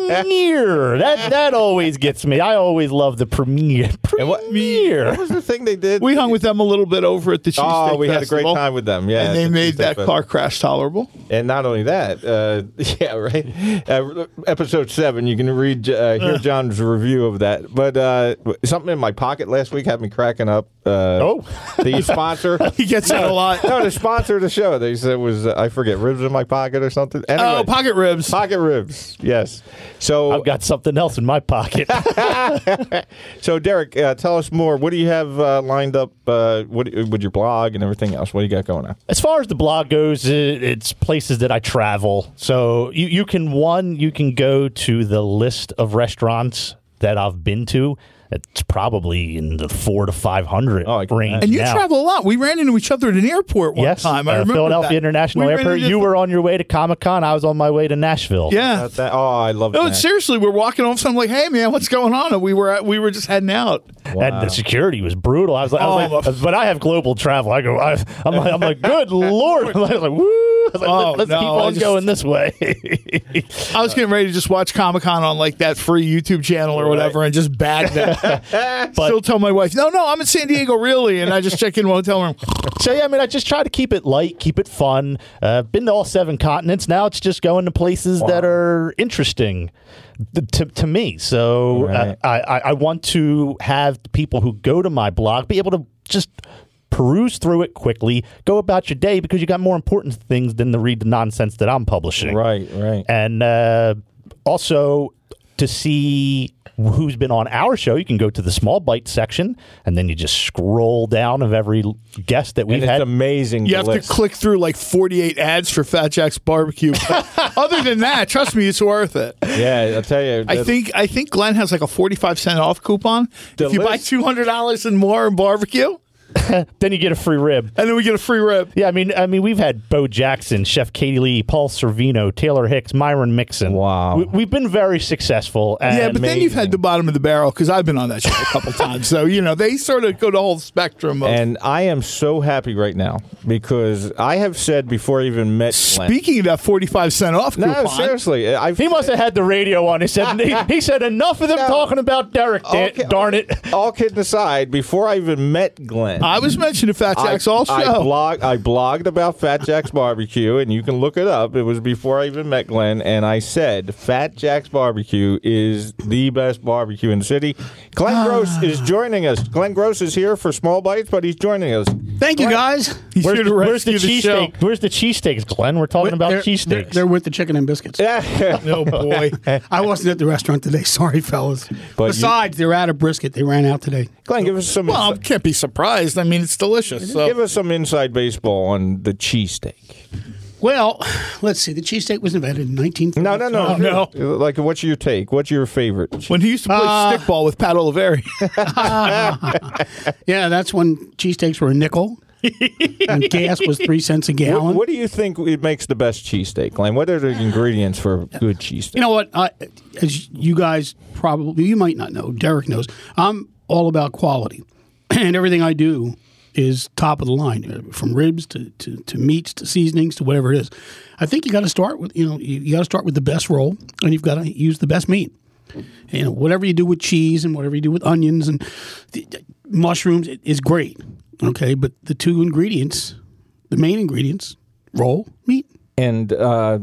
Speaker 4: Premiere. That that always gets me. I always love the premiere.
Speaker 2: and what,
Speaker 4: Premiere.
Speaker 2: what was the thing they did?
Speaker 3: we hung with them a little bit over at the cheesesteak
Speaker 2: oh, we had a great
Speaker 3: Festival,
Speaker 2: time with them. Yeah,
Speaker 3: and they
Speaker 2: at the
Speaker 3: made
Speaker 2: Cheesesteak
Speaker 3: that
Speaker 2: Festival.
Speaker 3: car crash tolerable.
Speaker 2: And not only that, uh, *laughs* yeah, right. Uh, episode seven, you can read uh, hear John's review of that. But uh, something in my pocket last week had me cracking up. Uh,
Speaker 4: Oh.
Speaker 2: *laughs* the sponsor.
Speaker 3: He gets that
Speaker 2: *laughs*
Speaker 3: a lot.
Speaker 2: No, the sponsor of the show. They said it was uh, I forget ribs in my pocket or something. Anyway,
Speaker 3: Oh, pocket ribs.
Speaker 2: pocket ribs. Yes. So
Speaker 4: I've got something else in
Speaker 2: *laughs*
Speaker 4: my pocket.
Speaker 2: so Derek, uh, tell us more. What do you have uh, lined up? Uh, what with your blog and everything else? What do you got going on?
Speaker 4: as far as the blog goes, it, it's places that I travel. So you, you can one, you can go to the list of restaurants that I've been to. It's probably in the four to five hundred
Speaker 2: Oh, I can
Speaker 4: range.
Speaker 2: imagine.
Speaker 3: And you
Speaker 4: now.
Speaker 3: travel a lot. We ran into each other at an airport one
Speaker 4: yes,
Speaker 3: time. I
Speaker 4: uh,
Speaker 3: remember
Speaker 4: Philadelphia
Speaker 3: that.
Speaker 4: International
Speaker 3: We ran
Speaker 4: Airport.
Speaker 3: into-
Speaker 4: You were on your way to Comic Con. I was on my way to Nashville.
Speaker 3: yeah.
Speaker 2: About that? Oh, I love
Speaker 3: No,
Speaker 2: that.
Speaker 3: seriously, we're walking off. So I'm like, "Hey, man, what's going on?" And we were at, we were just heading out.
Speaker 4: And the security was brutal. I was like, I was
Speaker 3: Oh,
Speaker 4: like, but I have global travel. I go, I, I'm, like, I'm like, *laughs* good lord! I was like, woo! I was like,
Speaker 3: Oh,
Speaker 4: Let, us
Speaker 3: no,
Speaker 4: keep
Speaker 3: I
Speaker 4: on
Speaker 3: just-
Speaker 4: going this way. *laughs*
Speaker 3: I was getting ready to just watch Comic Con on like that free YouTube channel or whatever, and just bag that. Still tell my wife, "No, no, I'm in San Diego, really," and I just check in a hotel room.
Speaker 4: So yeah, I mean, I just try to keep it light, keep it fun. Uh, been to all seven continents. Now it's just going to places that are interesting th- to, to me. So
Speaker 2: Right.
Speaker 4: uh, I, I I want to have people who go to my blog be able to just peruse through it quickly, go about your day because you got more important things than to read the nonsense that I'm publishing.
Speaker 2: Right, right.
Speaker 4: And uh, also to see who's been on our show, you can go to the small bite section and then you just scroll down of every l- guest that
Speaker 2: And
Speaker 4: we've
Speaker 2: it's
Speaker 4: had.
Speaker 2: amazing.
Speaker 3: You
Speaker 2: the
Speaker 3: have
Speaker 2: list.
Speaker 3: to click through like 48 ads for Fat Jack's barbecue. But other than that, trust me, it's worth it.
Speaker 2: Yeah, I'll tell you.
Speaker 3: I
Speaker 2: that-
Speaker 3: think I think Glenn has like a 45 cent off coupon.
Speaker 2: The
Speaker 3: if you buy
Speaker 2: list-
Speaker 3: $200 and more in barbecue,
Speaker 4: then you get a free rib.
Speaker 3: and then we get a free rib.
Speaker 4: Yeah, I mean, I mean, we've had Bo Jackson, Chef Katie Lee, Paul Servino, Taylor Hicks, Myron Mixon.
Speaker 2: Wow.
Speaker 4: we, we've been very successful. And
Speaker 3: Yeah, but then you've had the bottom of the barrel because I've been on that show a couple times. So, you know, they sort of go the whole spectrum of.
Speaker 2: And I am so happy right now because I have said before I even met Glenn.
Speaker 3: Speaking of that 45 cent off
Speaker 2: no,
Speaker 3: coupon,
Speaker 2: seriously, I've
Speaker 4: He must have had the radio on. He said he, he said enough of them
Speaker 2: No.
Speaker 4: talking about Derek. da-
Speaker 2: Okay.
Speaker 4: Darn it!
Speaker 2: all kidding aside. Before I even met Glenn,
Speaker 3: I was mentioning Fat Jack's all show.
Speaker 2: I blog, I blogged about Fat Jack's Barbecue, and you can look it up. It was before I even met Glenn, and I said Fat Jack's Barbecue is the best barbecue in the city.
Speaker 3: Ah.
Speaker 2: Glenn Gross is joining us. Glenn Gross is here for small bites, but he's joining us. *laughs*
Speaker 8: Thank you, guys.
Speaker 3: He
Speaker 4: Where's
Speaker 3: should
Speaker 4: the, where's the
Speaker 3: rescue the show.
Speaker 4: cheesesteak? Where's the cheesesteaks, Glenn? We're talking about
Speaker 8: They're- They're,
Speaker 4: cheesesteaks.
Speaker 8: they're with the chicken and biscuits.
Speaker 3: Oh,
Speaker 4: *laughs*
Speaker 3: boy.
Speaker 8: I wasn't at the restaurant today. *laughs* Sorry, fellas.
Speaker 2: But you-
Speaker 8: Besides, they're out of brisket. They ran out today.
Speaker 2: Glenn, give us some.
Speaker 3: well, I
Speaker 2: insi-
Speaker 3: can't be surprised. I mean, it's delicious. So.
Speaker 2: Give us some inside baseball on the cheesesteak.
Speaker 8: Well, let's see. The cheesesteak was invented in 1930.
Speaker 2: No, no, no,
Speaker 3: Oh, No,
Speaker 2: Like, what's your take? What's your favorite?
Speaker 3: when he used to play
Speaker 2: Uh,
Speaker 3: stickball with Pat Oliveri.
Speaker 8: Yeah, that's when cheesesteaks were
Speaker 2: *laughs*
Speaker 8: a nickel and gas was three cents a
Speaker 2: What,
Speaker 8: gallon.
Speaker 2: what do you think it makes the best cheesesteak, Glenn? What are the ingredients for a good
Speaker 8: You
Speaker 2: cheesesteak?
Speaker 8: know what? I, as you guys probably, you might not know, Derek knows, I'm all about quality. *clears throat* And everything I do is top of the line, uh, from ribs to, to, to meats to seasonings to whatever it is. I think you got to start with, you know, you, you got to start with the best roll and you've got to use the best meat. You know, whatever you do with cheese and whatever you do with onions and th- th- mushrooms i- is great. Okay. But the two ingredients, the main ingredients, roll, meat.
Speaker 2: And uh,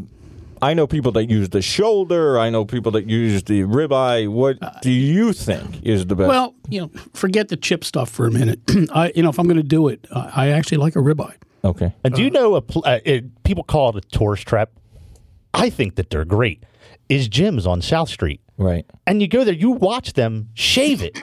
Speaker 2: I know people that use the shoulder. I know people that use the ribeye. What
Speaker 3: Uh,
Speaker 2: do you think is the best?
Speaker 8: Well, you know, forget the chip stuff for a minute. *clears throat* I, you know, if I'm going to do it, uh, I, I actually like a ribeye.
Speaker 2: okay.
Speaker 4: And do you know a pl- uh, it, people call it a tourist trap? I think that they're great. Is Jim's on South Street,
Speaker 2: Right.
Speaker 4: and you go there, you watch them
Speaker 2: *clears throat*
Speaker 4: shave it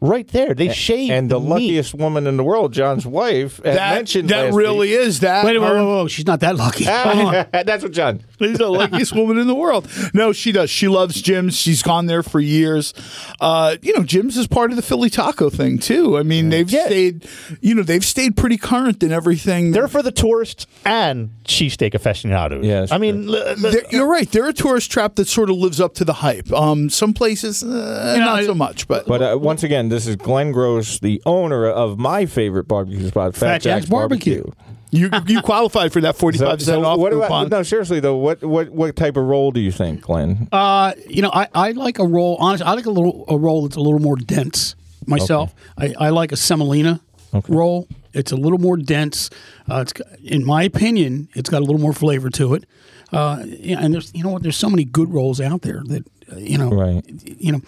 Speaker 4: right there. They shave
Speaker 2: And the
Speaker 4: meat.
Speaker 2: luckiest woman in the world, John's wife, had
Speaker 3: that
Speaker 2: mentioned
Speaker 3: that
Speaker 2: last
Speaker 3: really
Speaker 2: week-
Speaker 3: is that.
Speaker 8: Wait, wait, wait,
Speaker 3: her-
Speaker 8: wait, wait, she's not that lucky.
Speaker 2: *laughs* Ah.
Speaker 8: Hold on.
Speaker 2: That's what John.
Speaker 3: She's the luckiest woman in the world. No, she does. She loves Jim's. She's gone there for years. Uh, you know, Jim's is part of the Philly taco thing too. I mean, they've stayed. You know, they've stayed pretty current in everything.
Speaker 4: They're for the tourists and cheesesteak aficionados.
Speaker 2: Yeah, that's
Speaker 4: I mean, l- l-
Speaker 3: They're- you're right. They're a tourist trap that sort of lives up to the hype. Um, some places, uh, eh, not so much, but,
Speaker 2: But uh, once again, again, this is Glenn Gross, the owner of my favorite barbecue spot, Fat,
Speaker 8: Fat Jack's Barbecue.
Speaker 3: You you qualified for that forty
Speaker 2: So,
Speaker 3: five percent
Speaker 2: so
Speaker 3: off
Speaker 2: what
Speaker 3: coupon.
Speaker 2: about, no, seriously though, what, what what type of role do you think, Glenn?
Speaker 8: Uh, you know, I, I like a roll. Honestly, I like a little a roll that's a little more dense myself. I, I like a semolina roll. It's a little more dense. Uh, it's got- in my opinion, it's got a little more flavor to it. Uh, yeah, and there's you know what? There's so many good rolls out there that uh, you know,
Speaker 2: Right.
Speaker 8: You know,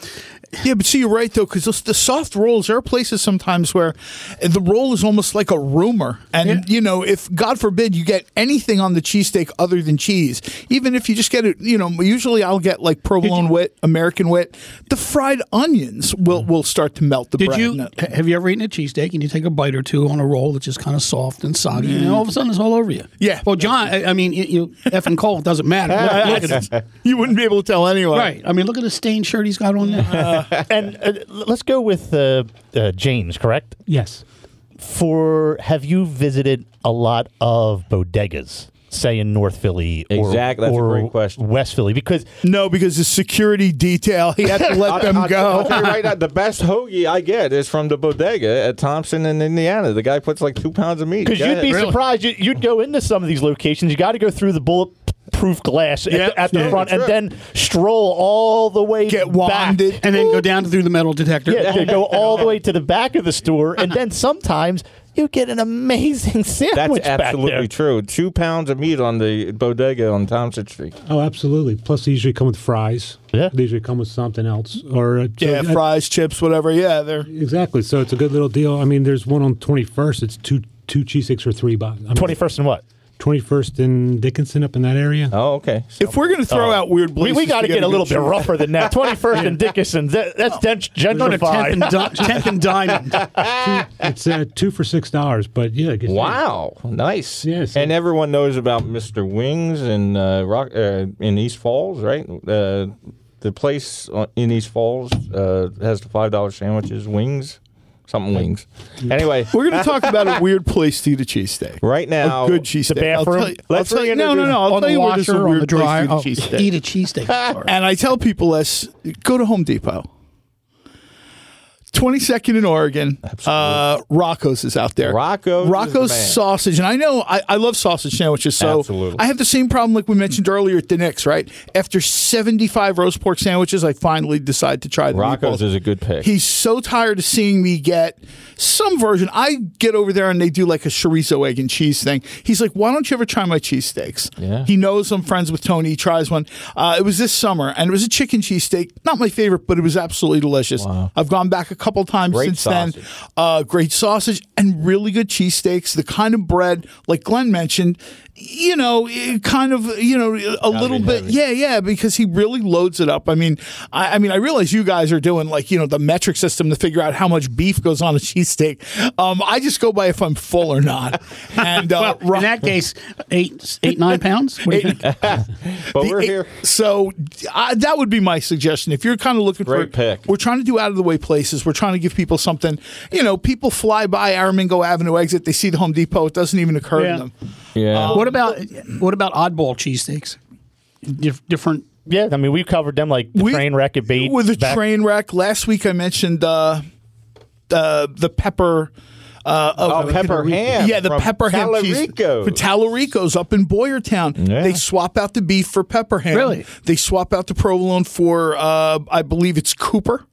Speaker 3: Yeah, but see, you're right though, because the soft rolls. There are places sometimes where the roll is almost like a rumor, and you know, if God forbid you get anything on the cheesesteak other than cheese, even if you just get it, you know, usually I'll get like provolone wit, American wit. The fried onions will will start to melt the
Speaker 8: did
Speaker 3: bread.
Speaker 8: you *laughs*
Speaker 3: No.
Speaker 8: ha- have you ever eaten a cheesesteak and you take a bite or two on a roll that's just kind of soft and soggy, and all of a sudden it's all over you?
Speaker 3: Yeah.
Speaker 8: Well, John, I, I mean, you- you effing cold doesn't matter. Look- look at it.
Speaker 3: You wouldn't be able to tell anyone,
Speaker 8: *laughs* Right. I mean, look at the stained shirt he's got on there.
Speaker 4: and uh, l- let's go with uh, uh, James, correct?
Speaker 5: Yes.
Speaker 4: For have you visited a lot of bodegas, say in North Philly or,
Speaker 2: Exact- that's a
Speaker 4: or
Speaker 2: great question.
Speaker 4: West Philly? Because
Speaker 3: No, because the security
Speaker 2: *laughs*
Speaker 3: detail, *laughs* he had to let them
Speaker 2: I'll, I'll
Speaker 3: go.
Speaker 2: tell you right now, the best hoagie I get is from the bodega at Thompson in Indiana. The guy puts like two pounds of meat.
Speaker 4: because
Speaker 2: Go
Speaker 4: you'd be
Speaker 2: ahead.
Speaker 4: surprised, you, you'd go into some of these locations. You got to go through the bulletproof glass at the, at the
Speaker 2: Yeah.
Speaker 4: front, and
Speaker 2: Sure.
Speaker 4: then stroll all the way
Speaker 3: Get
Speaker 4: back.
Speaker 3: wanded.
Speaker 8: and then go down through the metal detector.
Speaker 4: Yeah, to go all the way to the back of the store, and then sometimes you get an
Speaker 2: *laughs*
Speaker 4: amazing *laughs*
Speaker 2: That's
Speaker 4: sandwich. back there.
Speaker 2: absolutely true. Two pounds of meat on the bodega on Thompson Street.
Speaker 5: Oh, absolutely. Plus, they usually come with fries.
Speaker 4: Yeah.
Speaker 5: They usually come with something else. Or uh, so-
Speaker 3: Yeah,
Speaker 5: uh,
Speaker 3: fries, chips, whatever. Yeah, they're
Speaker 5: Exactly. So it's a good little deal. I mean, there's one on 21st. It's two two cheesesteaks for three bucks. I mean,
Speaker 4: Twenty first and what?
Speaker 5: 21st in Dickinson up in that area.
Speaker 2: Oh, okay. So-
Speaker 3: If we're gonna throw out weird,
Speaker 4: We,
Speaker 3: places
Speaker 4: we got to get
Speaker 3: get
Speaker 4: a little
Speaker 3: good
Speaker 4: bit
Speaker 3: cheese-
Speaker 4: rougher than that. Twenty first and Dickinson. That, that's gent-
Speaker 8: Go to 10th and,
Speaker 4: gentrified.
Speaker 8: di- 10th and Diamond.
Speaker 5: It's uh, *laughs* two for six dollars. But yeah, it gets-
Speaker 2: Wow, nice.
Speaker 5: Yes.
Speaker 2: And everyone knows about Mr. Wings in uh, Rock uh, in East Falls, right? Uh, the place on- in East Falls uh, has the five dollar sandwiches, wings, something wings. Anyway,
Speaker 3: We're going to talk about a weird place to eat a cheesesteak.
Speaker 2: right now,
Speaker 3: A good cheesesteak.
Speaker 4: The
Speaker 3: I'll
Speaker 4: bathroom?
Speaker 3: tell you- I'll
Speaker 2: Let's
Speaker 3: tell you- no, no,
Speaker 2: reintroduce-
Speaker 3: no. I'll tell
Speaker 8: on the
Speaker 3: you where there's a
Speaker 8: washer, on the
Speaker 3: weird
Speaker 8: dryer. Oh,
Speaker 3: place to eat a cheesesteak.
Speaker 8: eat a cheesesteak. *laughs* Sorry.
Speaker 3: And I tell people this go to Home Depot. 22nd in Oregon. Uh, Rocco's is out there.
Speaker 2: Rocco's is
Speaker 3: Rocco's
Speaker 2: the man.
Speaker 3: sausage. And I know I, I love sausage sandwiches. So
Speaker 2: Absolutely.
Speaker 3: I have the same problem like we mentioned earlier at the Knicks, right? After 75 roast pork sandwiches, I finally decide to try the
Speaker 2: Rocco's
Speaker 3: meatballs.
Speaker 2: is a good pick.
Speaker 3: He's so tired of seeing me get some version. I get over there and they do like a chorizo egg and cheese thing. He's like, "Why don't you ever try my cheesesteaks?"
Speaker 2: Yeah.
Speaker 3: He knows I'm friends with Tony. He tries one. Uh, it was this summer and it was a chicken cheesesteak. Not my favorite, but it was absolutely delicious. I've gone back a couple times
Speaker 2: Great
Speaker 3: since then.
Speaker 2: sausage.
Speaker 3: Uh, great sausage and really good cheesesteaks. The kind of bread, like Glenn mentioned, you know, it kind of, you know, a little bit. Yeah, yeah, because he really loads it up. I mean, I, I mean, I realize you guys are doing like, you know, the metric system to figure out how much beef goes on a cheesesteak. Um, I just go by if I'm full
Speaker 2: *laughs*
Speaker 3: or not. And uh,
Speaker 8: Well, in that case, eight, eight, nine pounds. What do you think?
Speaker 2: but
Speaker 3: the
Speaker 2: we're
Speaker 3: eight-
Speaker 2: here.
Speaker 3: So I, that would be my suggestion. If you're kind of looking
Speaker 2: Great
Speaker 3: for,
Speaker 2: pick.
Speaker 3: we're trying to do out of the way places. We're trying to give people something. You know, people fly by Aramingo Avenue exit. They see the Home Depot. It doesn't even occur
Speaker 8: Yeah.
Speaker 3: to them.
Speaker 2: Yeah.
Speaker 8: What about what about oddball cheesesteaks? Dif- different.
Speaker 4: yeah, I mean we covered them like the
Speaker 3: We-
Speaker 4: train wreck at bait
Speaker 3: with a
Speaker 4: back-
Speaker 3: train wreck. Last week I mentioned uh, uh, the pepper. Uh, of-
Speaker 2: Oh, pepper ham
Speaker 3: Yeah, the
Speaker 2: from
Speaker 3: pepper ham
Speaker 2: Talarico's.
Speaker 3: cheese. Talarico's up in Boyertown.
Speaker 2: Yeah.
Speaker 3: They swap out the beef for pepper ham.
Speaker 8: Really?
Speaker 3: They swap out the provolone for, uh, I believe it's Cooper.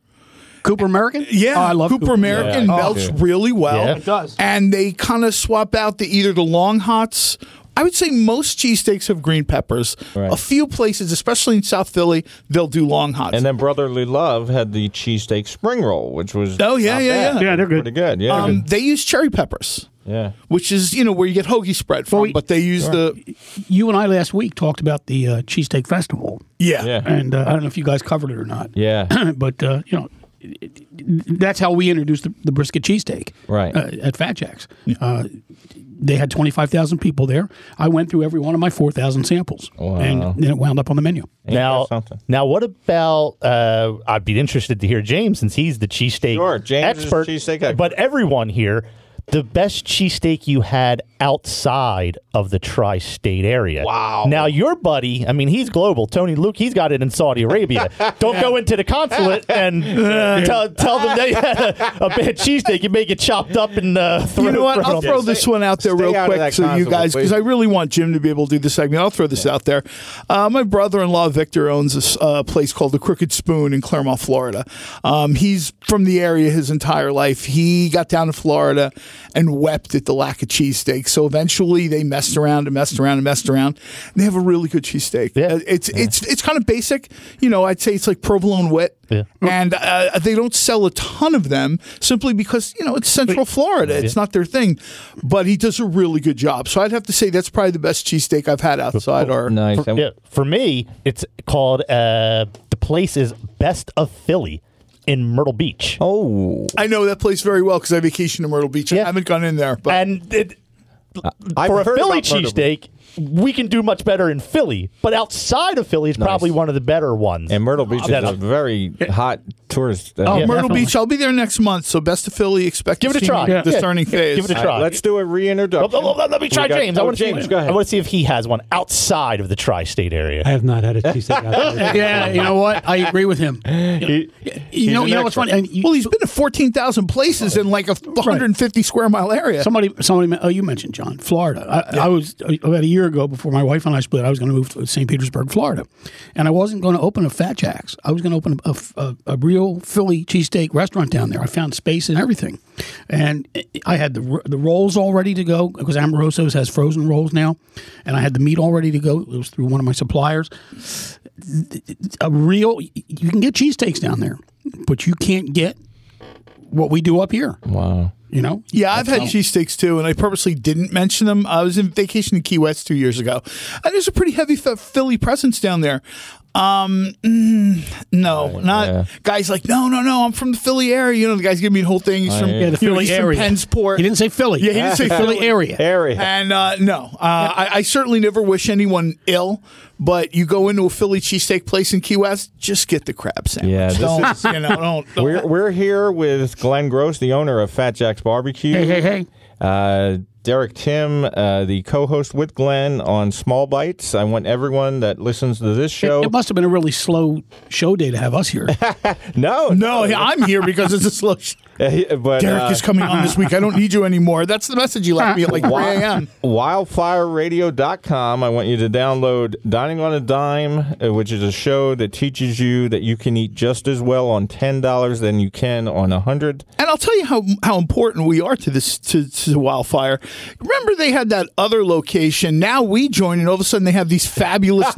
Speaker 8: Cooper American?
Speaker 3: Yeah,
Speaker 8: Oh, I love Cooper,
Speaker 3: Cooper, American
Speaker 2: Yeah, Oh. I
Speaker 3: melts
Speaker 2: do.
Speaker 3: really well.
Speaker 4: Yeah.
Speaker 8: It does.
Speaker 3: And they kind of swap out the either the long hots. I would say most cheesesteaks have green peppers.
Speaker 2: Right.
Speaker 3: A few places, especially in South Philly, they'll do long hots.
Speaker 2: And then Brotherly Love had the cheesesteak spring roll, which was
Speaker 3: Oh, yeah,
Speaker 2: not
Speaker 3: yeah,
Speaker 2: bad.
Speaker 3: yeah.
Speaker 5: Yeah, they're good.
Speaker 2: Pretty good. Yeah,
Speaker 3: um, they use cherry peppers,
Speaker 2: yeah.
Speaker 3: which is you know where you get hoagie spread from,
Speaker 8: Well, we-
Speaker 3: but they use the
Speaker 8: You and I last week talked about the uh, cheesesteak festival,
Speaker 3: yeah.
Speaker 2: Yeah.
Speaker 8: and uh, I don't know if you guys covered it or not.
Speaker 2: Yeah.
Speaker 8: *clears throat* but uh, you know, it- it- that's how we introduced the, the brisket cheesesteak.
Speaker 2: Right.
Speaker 8: uh, at Fat Jack's, uh, they had twenty five thousand people there. I went through every one of my four thousand samples,
Speaker 2: Wow.
Speaker 8: and then it wound up on
Speaker 2: *laughs*
Speaker 8: the menu.
Speaker 2: there
Speaker 4: Now,
Speaker 2: something?
Speaker 4: now, what about? Uh, I'd be interested to hear James since he's the cheesesteak
Speaker 2: Sure, James is
Speaker 4: expert.
Speaker 2: cheesesteak expert.
Speaker 4: But everyone here, the best cheesesteak you had outside of the tri-state area. Wow. Now your buddy, I mean, he's global. Tony Luke, he's got it in
Speaker 2: *laughs*
Speaker 4: Saudi Arabia. Don't go into the consulate and tell, tell them they had a, a bad cheesesteak. You may get chopped up and uh, thrown.
Speaker 3: You know what? I'll
Speaker 4: thrown-
Speaker 3: throw this one out there
Speaker 2: stay
Speaker 3: real
Speaker 2: out of
Speaker 3: quick
Speaker 2: that
Speaker 3: so you
Speaker 2: console,
Speaker 3: guys, because
Speaker 2: please.
Speaker 3: I really want Jim to be able to do this segment. I'll throw this out there. Uh, my brother-in-law Victor owns a s- uh, place called the Crooked Spoon in Claremont, Florida. Um, he's from the area his entire life. He got down to Florida and wept at the lack of cheesesteak. So eventually, they messed around and messed around and messed around. And they have a really good cheesesteak.
Speaker 4: Yeah.
Speaker 3: Uh, It's it's it's kind of basic. You know, I'd say it's like provolone wet.
Speaker 4: Yeah.
Speaker 3: And uh, they don't sell a ton of them simply because, you know, it's Central Florida. It's not their thing. But he does a really good job. So I'd have to say that's probably the best cheesesteak I've had
Speaker 4: Oh.
Speaker 3: outside our.
Speaker 2: Nice. And-
Speaker 4: Yeah, for me, it's called uh, the place is Best of Philly in Myrtle Beach.
Speaker 2: Oh,
Speaker 3: I know that place very well because I vacation in Myrtle Beach. I
Speaker 4: Yeah.
Speaker 3: haven't gone in there. But
Speaker 4: and it,
Speaker 2: I've
Speaker 4: for a
Speaker 2: heard
Speaker 4: Philly
Speaker 2: about Myrtle Beach.
Speaker 4: cheesesteak, we can do much better in Philly, but outside of Philly is probably one of the better ones. Oh,
Speaker 2: And Myrtle Beach
Speaker 4: That-
Speaker 2: is a very hot tourist. uh,
Speaker 3: oh,
Speaker 4: yeah,
Speaker 3: Myrtle
Speaker 8: definitely.
Speaker 3: Beach, I'll be there next month. So best of Philly, expect
Speaker 4: Give
Speaker 3: to
Speaker 4: it a
Speaker 3: see
Speaker 4: try.
Speaker 3: me
Speaker 4: Yeah.
Speaker 3: Discerning phase.
Speaker 4: Give it a
Speaker 2: All
Speaker 4: try.
Speaker 2: right, let's do a
Speaker 4: Let,
Speaker 2: reintroduction.
Speaker 4: let- oh, let- let me try
Speaker 2: We got-
Speaker 4: James. I
Speaker 2: oh,
Speaker 4: want to
Speaker 2: James,
Speaker 4: see.
Speaker 2: go ahead.
Speaker 4: I want to see if he has one outside of the tri-state area.
Speaker 5: I have not had a cheesesteak out there.
Speaker 8: *laughs* Yeah, you know what? I agree with him.
Speaker 2: He-
Speaker 8: You know,
Speaker 2: an
Speaker 8: you know what's
Speaker 2: expert.
Speaker 8: funny? And you-
Speaker 3: Well, he's been to 14,000 places in like a 150 square mile area.
Speaker 8: *laughs* Somebody, somebody. men- Oh, you mentioned John, Florida. I, I was uh, about a year ago before my wife and I split. I was going to move to St. Petersburg, Florida, and I wasn't going to open a Fat Jack's. I was going to open a, a, a real Philly cheesesteak restaurant down there. I found space and everything, and I had the ro- the rolls all ready to go because Amoroso's has frozen rolls now, and I had the meat all ready to go. It was through one of my suppliers. A real, you can get cheesesteaks down there, but you can't get what we do up here.
Speaker 2: Wow.
Speaker 8: You know,
Speaker 3: Yeah, I've had cheesesteaks too, and I purposely didn't mention them. I was in vacation in Key West two years ago, and there's a pretty heavy Ph- Philly presence down there. Um, mm, no, not
Speaker 2: yeah.
Speaker 3: guys like no, no, no. I'm from the Philly area. You know, the guys give me the whole thing. He's from
Speaker 8: Yeah, the
Speaker 3: you know,
Speaker 8: Philly
Speaker 3: he's from
Speaker 8: area.
Speaker 3: Pennsport.
Speaker 8: He didn't say Philly.
Speaker 3: Yeah, he didn't say
Speaker 8: *laughs* Philly
Speaker 3: Philly.
Speaker 8: area.
Speaker 2: Area.
Speaker 3: And uh, no, uh, I, I certainly never wish anyone ill. But you go into a Philly cheesesteak place in Key West, just get the crab sandwich.
Speaker 2: Yeah, this
Speaker 3: don't you know? Don't, don't
Speaker 2: We're, we're here with Glenn Gross, the owner of Fat Jack's Barbecue.
Speaker 8: Hey, hey, hey.
Speaker 2: Uh, Derek Tim, uh, the co-host with Glenn on Small Bites. I want everyone that listens to this show.
Speaker 8: It, it must have been a really slow show day to have us here.
Speaker 2: no,
Speaker 3: no, I'm here because it's a slow. Sh-
Speaker 2: Uh, *laughs* but
Speaker 3: Derek
Speaker 2: uh,
Speaker 3: is coming on this week. I don't need you anymore. That's the message you left me at like 3 a.m.
Speaker 2: wildfireradio.com. I want you to download Dining on a Dime, uh, which is a show that teaches you that you can eat just as well on ten dollars than you can on a hundred.
Speaker 3: And I'll tell you how how important we are to this to, to wildfire. Remember, they had that other location. Now we join, and all of a sudden they have these fabulous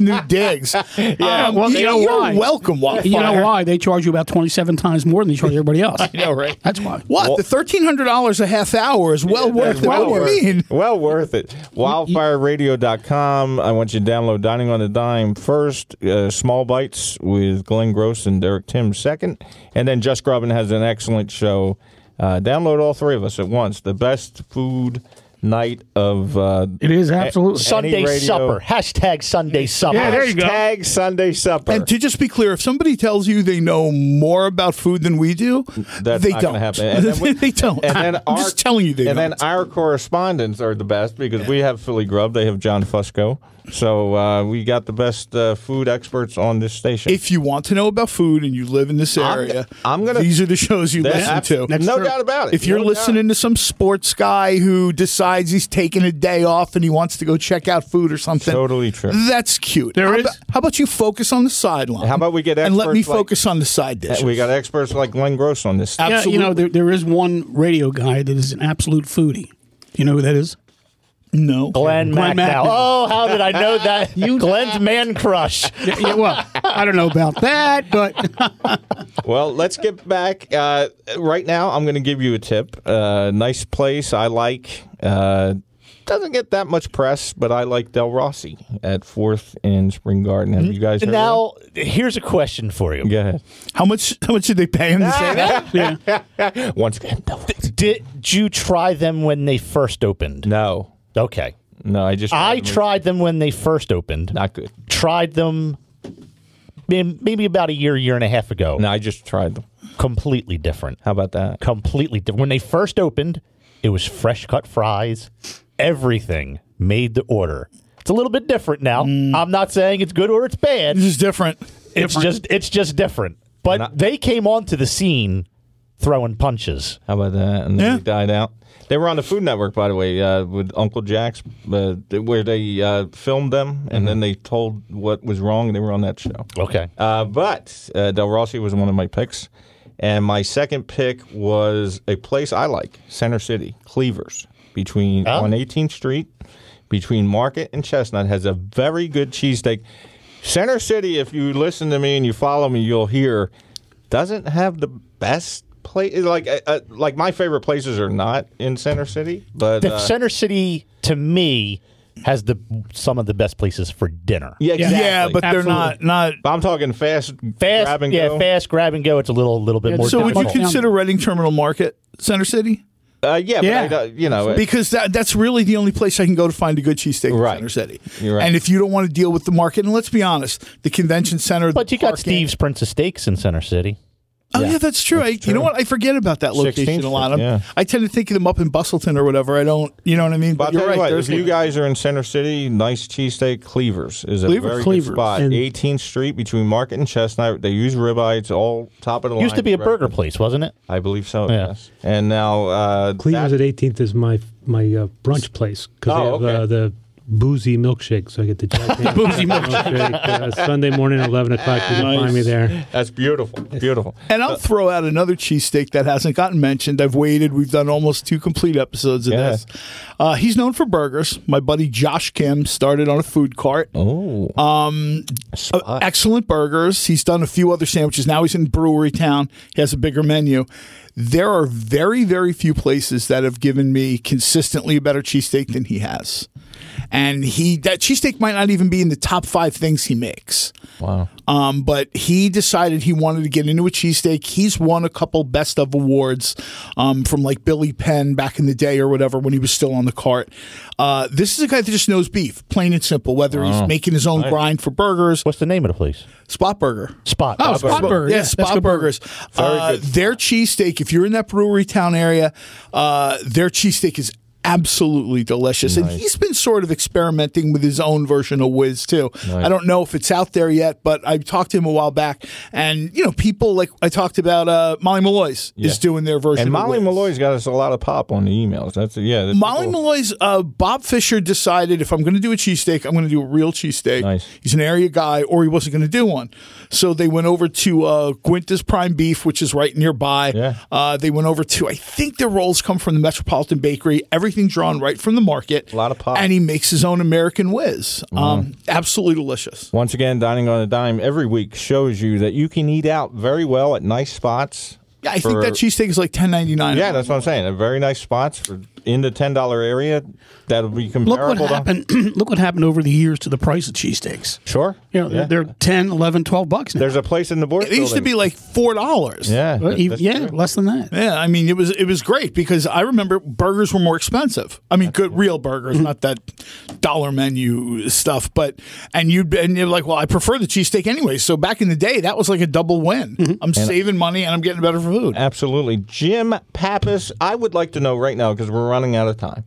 Speaker 2: *laughs*
Speaker 3: new digs. Um, yeah,
Speaker 8: *laughs* well, Um, you know
Speaker 3: are
Speaker 8: why?
Speaker 3: welcome, wildfire.
Speaker 8: you know why? They charge you about 27 times more than they charge everybody else. *laughs* I know, right? That's why.
Speaker 3: What the thirteen hundred dollars a half hour is well worth it.
Speaker 2: well
Speaker 3: what do
Speaker 2: worth,
Speaker 3: you mean?
Speaker 2: Well worth
Speaker 3: *laughs*
Speaker 2: it. Wildfireradio.com. I want you to download Dining on a Dime first, uh, Small Bites with Glenn Gross and Derek Tim second, and then Just Grubbin has an excellent show. Uh, download all three of us at once. The best food night of uh,
Speaker 8: It is absolutely.
Speaker 4: Sunday
Speaker 2: radio-
Speaker 4: supper. Hashtag Sunday supper.
Speaker 8: Yeah, there you go.
Speaker 2: Hashtag Sunday supper.
Speaker 3: And to just be clear, if somebody tells you they know more about food than we do,
Speaker 2: That's
Speaker 3: they
Speaker 2: not
Speaker 3: don't.
Speaker 2: gonna
Speaker 3: *laughs*
Speaker 2: happen. And then we-
Speaker 3: they don't.
Speaker 2: and then
Speaker 3: I'm
Speaker 2: our,
Speaker 3: just telling you they
Speaker 2: And
Speaker 3: don't.
Speaker 2: then our correspondents are the best because we have Philly Grub, they have John Fusco, so uh, we got the best uh, food experts on this station.
Speaker 3: if you want to know about food and you live in this
Speaker 2: I'm-
Speaker 3: area,
Speaker 2: I'm gonna-
Speaker 3: These are the shows you
Speaker 2: That-
Speaker 3: listen
Speaker 2: abs-
Speaker 3: to.
Speaker 2: no doubt about it.
Speaker 3: If you're
Speaker 2: No doubt.
Speaker 3: listening to some sports guy who decides he's taking a day off and he wants to go check out food or something,
Speaker 2: Totally true.
Speaker 3: That's cute.
Speaker 8: There
Speaker 3: how,
Speaker 8: is-
Speaker 3: abo- how about you focus on the sideline?
Speaker 2: How about we get
Speaker 3: and let me
Speaker 2: experts like-
Speaker 3: focus on the side dish?
Speaker 2: we got experts like Glenn Gross on this.
Speaker 8: Yeah, you know, there, there is one radio guy that is an absolute foodie. Do you know who that is?
Speaker 3: no.
Speaker 4: Glenn,
Speaker 8: Glenn
Speaker 4: Macdow.
Speaker 8: Macdow.
Speaker 4: Oh, how did I
Speaker 2: *laughs*
Speaker 4: know that? Glenn's man crush.
Speaker 8: Yeah, yeah, well, I don't know about that, *laughs* but
Speaker 2: Well, let's get back. Uh, right now, I'm going to give you a tip. Uh, nice place I like. Uh, doesn't get that much press, but I like Del Rossi at Fourth and Spring Garden. Have you guys heard of
Speaker 4: Now, here's a question for you.
Speaker 2: that? Go ahead.
Speaker 3: How much? How much did they pay him to say that?
Speaker 2: Once again, Del Rossi.
Speaker 4: Did you try them when they first opened?
Speaker 2: No,
Speaker 4: Okay.
Speaker 2: no, I just
Speaker 4: I
Speaker 2: them.
Speaker 4: tried them when they first opened.
Speaker 2: Not good.
Speaker 4: tried them may- maybe about a year, year and a half ago.
Speaker 2: No, I just tried them.
Speaker 4: Completely different.
Speaker 2: How about that?
Speaker 4: Completely different. When they first opened, It was fresh cut fries, everything made to order. It's a little bit different now.
Speaker 2: Mm.
Speaker 4: I'm not saying it's good or it's bad.
Speaker 3: This is different.
Speaker 4: It's just it's just different. But
Speaker 2: And I-
Speaker 4: they came onto the scene throwing punches.
Speaker 2: How about that? And then
Speaker 3: Yeah.
Speaker 2: he died out. They were on the Food Network, by the way, uh, with Uncle Jack's, uh, th- where they uh, filmed them,
Speaker 4: Mm-hmm.
Speaker 2: and then they told what was wrong, and they were on that show.
Speaker 4: Okay.
Speaker 2: Uh, but uh, Del Rossi was one of my picks, and my second pick was a place I like, Center City, Cleavers, between
Speaker 4: Oh.
Speaker 2: on 18th Street, between Market and Chestnut, has a very good cheesesteak. Center City, if you listen to me and you follow me, you'll hear doesn't have the best place. Like uh, uh, like my favorite places are not in Center City, but
Speaker 4: The
Speaker 2: uh,
Speaker 4: Center City to me has the some of the best places for dinner.
Speaker 2: yeah, exactly.
Speaker 3: Yeah, but
Speaker 8: Absolutely.
Speaker 3: they're not not.
Speaker 2: But I'm talking fast,
Speaker 4: Fast
Speaker 2: grab and
Speaker 4: yeah,
Speaker 2: go.
Speaker 4: fast grab and go. It's a little little bit
Speaker 8: Yeah,
Speaker 4: more
Speaker 8: so
Speaker 3: So would you
Speaker 4: difficult.
Speaker 8: Difficult.
Speaker 3: consider Reading Terminal Market Center City?
Speaker 2: Uh, yeah,
Speaker 8: Yeah.
Speaker 2: but I, don't- you know, it-
Speaker 3: Because that, that's really the only place I can go to find a good cheesesteak
Speaker 2: Right.
Speaker 3: in Center City.
Speaker 2: You're right.
Speaker 3: And if you don't want to deal with the market, and let's be honest, the convention center.
Speaker 4: but
Speaker 3: the
Speaker 4: you got
Speaker 3: parking-
Speaker 4: Steve's Prince of Steaks in Center City.
Speaker 3: Oh yeah, that's true. I, You know what? I forget about that location
Speaker 2: 16th
Speaker 3: a lot. I'm,
Speaker 2: Street, yeah.
Speaker 3: I tend to think of them up in Bustleton or whatever. I don't. You know what I mean?
Speaker 2: But I'll
Speaker 3: But you're
Speaker 2: tell
Speaker 3: right.
Speaker 2: you what,
Speaker 3: there's
Speaker 2: if you
Speaker 3: one.
Speaker 2: guys are in Center City, nice cheesesteak Cleavers is a
Speaker 8: Cleaver-
Speaker 2: very
Speaker 8: Cleavers.
Speaker 2: good spot.
Speaker 5: And-
Speaker 2: 18th Street between Market and Chestnut. They use ribeye. It's all top of the line.
Speaker 4: Used to be a
Speaker 2: Right.
Speaker 4: burger place, wasn't it?
Speaker 2: I believe so.
Speaker 4: Yeah.
Speaker 2: Yes. And now uh,
Speaker 5: Cleveland's
Speaker 2: that-
Speaker 5: at 18th is my my uh, brunch place because
Speaker 2: Oh,
Speaker 5: they have
Speaker 2: okay.
Speaker 5: uh, the boozy milkshake. So I get
Speaker 2: *laughs*
Speaker 5: the Jack Daniel's
Speaker 8: Boozy
Speaker 5: milkshake uh, Sunday morning at 11 o'clock. You can find me there.
Speaker 2: *laughs* that's beautiful. Beautiful.
Speaker 3: And I'll throw out another cheesesteak that hasn't gotten mentioned. I've waited. We've done almost two complete episodes of
Speaker 2: Yeah.
Speaker 3: this. Uh, he's known for burgers. My buddy Josh Kim started on a food cart.
Speaker 2: Oh.
Speaker 3: Uh, excellent burgers. He's done a few other sandwiches. Now he's in Brewery Town. He has a bigger menu. There are very, very few places that have given me consistently a better cheesesteak than he has. And he that cheesesteak might not even be in the top five things he makes.
Speaker 2: wow.
Speaker 3: Um, but he decided he wanted to get into a cheesesteak. He's won a couple best of awards um, from like Billy Penn back in the day or whatever when he was still on the cart. Uh, this is a guy that just knows beef, plain and simple, whether he's making his own grind for burgers,
Speaker 4: What's the name of the place?
Speaker 3: Spot Burger.
Speaker 4: Spot.
Speaker 8: Oh, Spot Burger.
Speaker 3: Yeah,
Speaker 8: yeah, that's
Speaker 3: Spot
Speaker 8: good burger.
Speaker 3: Burgers. Uh, their cheesesteak, if you're in that brewery town area, uh, their cheesesteak is absolutely delicious. And he's been sort of experimenting with his own version of Whiz, too. I don't know if it's out there yet, but I talked to him a while back. And, you know, people like I talked about uh, Molly Malloy's is doing their version
Speaker 2: And
Speaker 3: of
Speaker 2: Molly
Speaker 3: Whiz.
Speaker 2: Malloy's got us a lot of pop on the emails. That's yeah. that's
Speaker 3: Molly
Speaker 2: cool.
Speaker 3: Malloy's uh, Bob Fisher decided if I'm going to do a cheesesteak, I'm going to do a real cheesesteak.
Speaker 2: Nice.
Speaker 3: He's an area guy, or he wasn't going to do one. So they went over to uh, Gwinta's Prime Beef, which is right nearby.
Speaker 2: Yeah.
Speaker 3: Uh, they went over to, I think their rolls come from the Metropolitan Bakery, everything drawn right from the market. A
Speaker 2: Lot of Mm. pop.
Speaker 3: And he makes his own American whiz. Um, absolutely delicious.
Speaker 2: Once again, dining on a dime every week shows you that you can eat out very well at nice spots.
Speaker 3: Yeah, I
Speaker 2: for-
Speaker 3: think that cheesesteak is like ten ninety nine.
Speaker 2: Yeah, that's what I'm saying. A very nice spots for in the ten dollar area. That'll be
Speaker 8: Look
Speaker 2: comparable.
Speaker 8: what
Speaker 2: to-
Speaker 8: happened. *clears throat* look what happened over the years to the price of cheesesteaks.
Speaker 2: Sure.
Speaker 8: You know, they're, they're 10, 11, 12 bucks now.
Speaker 2: There's a place in the board.
Speaker 3: It used to be like four dollars.
Speaker 2: Yeah.
Speaker 8: Well,
Speaker 2: that-
Speaker 8: even-
Speaker 2: that's
Speaker 8: yeah,
Speaker 2: true.
Speaker 8: less than that.
Speaker 3: Yeah, I mean it was it was great because I remember burgers were more expensive. I mean, good real burgers, not that dollar menu stuff. But and you and you're like, well, I prefer the cheesesteak anyway. So back in the day, that was like a double win.
Speaker 2: Mm-hmm.
Speaker 3: I'm saving money and I'm getting better food.
Speaker 2: Absolutely. Jim Pappas, I would like to know right now because we're running out of time.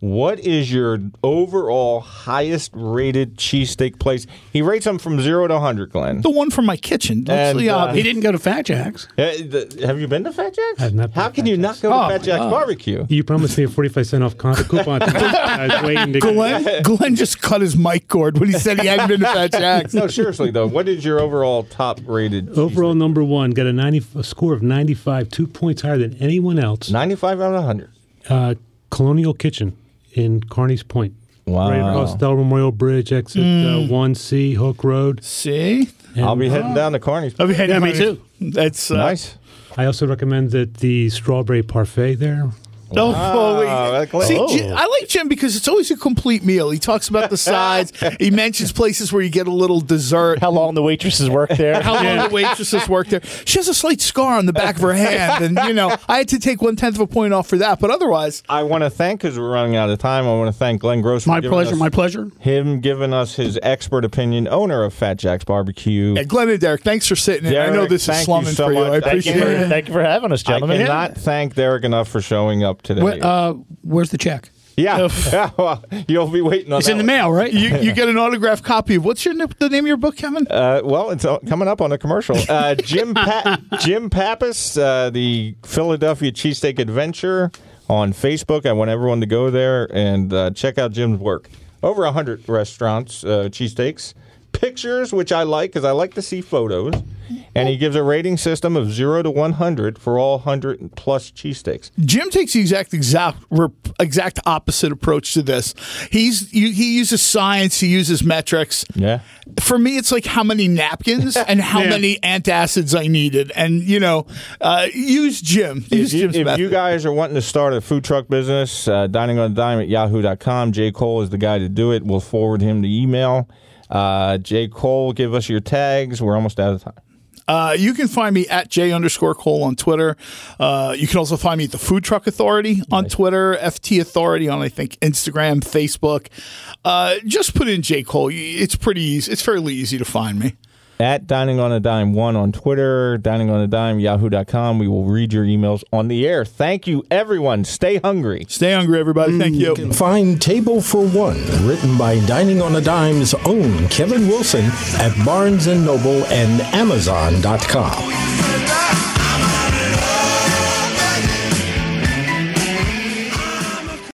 Speaker 2: What is your overall highest rated cheesesteak place? He rates them from zero to 100, Glenn.
Speaker 3: the one from my kitchen. That's
Speaker 2: And,
Speaker 3: the
Speaker 2: uh,
Speaker 3: obvious.
Speaker 8: He didn't go to Fat Jack's.
Speaker 2: Eh, the- have you been to Fat Jack's?
Speaker 5: I've not been
Speaker 2: How
Speaker 5: to
Speaker 2: can
Speaker 5: Fat
Speaker 2: you
Speaker 5: Jack's.
Speaker 2: not go to
Speaker 8: Oh,
Speaker 2: Fat
Speaker 8: my
Speaker 2: Jack's
Speaker 8: God.
Speaker 2: barbecue?
Speaker 5: You promised me a 45 cent off con-
Speaker 2: *laughs*
Speaker 5: coupon. I was waiting to
Speaker 3: Glenn, Glenn just cut his mic cord when he said he hadn't been to
Speaker 2: *laughs*
Speaker 3: Fat Jack's.
Speaker 2: No, seriously though, what is your overall top rated?
Speaker 5: Overall, number one, got a 90, a score of 95, two points higher than anyone else.
Speaker 2: ninety-five out of hundred.
Speaker 5: Uh, Colonial Kitchen in Carney's Point.
Speaker 2: Wow. Mm.
Speaker 5: Right across Del Memorial Bridge, exit uh, 1C, Hook Road.
Speaker 3: See,
Speaker 2: I'll be heading down to Carney's.
Speaker 3: I've had
Speaker 8: Yeah, me too.
Speaker 3: That's uh,
Speaker 2: Nice.
Speaker 5: I also recommend that the strawberry parfait there.
Speaker 3: Oh, holy.
Speaker 2: that's like-
Speaker 3: See, Ji- I like Jim because it's always a complete meal. He talks about
Speaker 2: *laughs*
Speaker 3: the sides. he mentions places where you get a little dessert.
Speaker 4: How long the waitresses work
Speaker 3: *laughs*
Speaker 4: there?
Speaker 3: How long the waitresses work there. She has a slight scar on the back of her hand, and you know I had to take one tenth of a point off for that. But otherwise,
Speaker 2: I want to thank because we're running out of time. I want to thank Glenn Gross. For
Speaker 8: My
Speaker 2: giving
Speaker 8: pleasure,
Speaker 2: us-
Speaker 8: my pleasure.
Speaker 2: Him giving us his expert opinion, owner of Fat Jack's Barbecue.
Speaker 3: yeah, Glenn and Derek, thanks for sitting. in. I know
Speaker 2: Derek,
Speaker 3: this
Speaker 2: thank
Speaker 3: is
Speaker 2: you
Speaker 3: slumming
Speaker 2: so
Speaker 3: for you.
Speaker 2: much.
Speaker 3: I
Speaker 2: Thank you
Speaker 3: appreciate
Speaker 2: very
Speaker 3: it.
Speaker 4: Thank you for having us,
Speaker 2: I
Speaker 4: gentlemen.
Speaker 2: cannot thank Derek enough for showing up up today.
Speaker 8: Where, uh, where's the check? *laughs*
Speaker 2: yeah, *laughs* yeah well, you'll be waiting on.
Speaker 8: It's in
Speaker 2: that
Speaker 8: the mail, right?
Speaker 3: You, you get an autographed copy of what's your n- the name of your book, Kevin?
Speaker 2: Uh, well, it's uh, coming up on the commercial. Uh, Jim pa- Jim Pappas, uh, the Philadelphia Cheesesteak Adventure on Facebook. I want everyone to go there and uh, check out Jim's work. Over hundred restaurants, uh, cheesesteaks, pictures, which I like because I like to see photos. And he gives a rating system of zero to one hundred for all hundred and plus cheesesteaks.
Speaker 3: Jim takes the exact exact rep- exact opposite approach to this. He's you, he uses science, he uses metrics.
Speaker 2: Yeah.
Speaker 3: For me, it's like how many
Speaker 2: *laughs*
Speaker 3: napkins and how many antacids I needed, and you know, uh, use Jim. Use
Speaker 2: If, you,
Speaker 3: Jim's
Speaker 2: if
Speaker 3: method.
Speaker 2: you guys are wanting to start a food truck business, uh, dining on a dime at yahoo.com, J. Cole is the guy to do it. We'll forward him the email. Uh, J. Cole, give us your tags. We're almost out of time.
Speaker 3: Uh, you can find me at J underscore Cole on Twitter. Uh, you can also find me at the Food Truck Authority on Twitter, FT Authority on I think Instagram, Facebook. Uh, just put in J Cole. It's pretty easy. It's fairly easy to find me.
Speaker 2: At Dining on a Dime 1 on Twitter, Dining on a Dime, yahoo.com. We will read your emails on the air. Thank you, everyone. Stay hungry.
Speaker 3: Stay hungry, everybody.
Speaker 2: Mm,
Speaker 3: Thank you.
Speaker 1: Find Table for One, written by Dining on a Dime's own Kevin Wilson at Barnes & Noble and Amazon.com.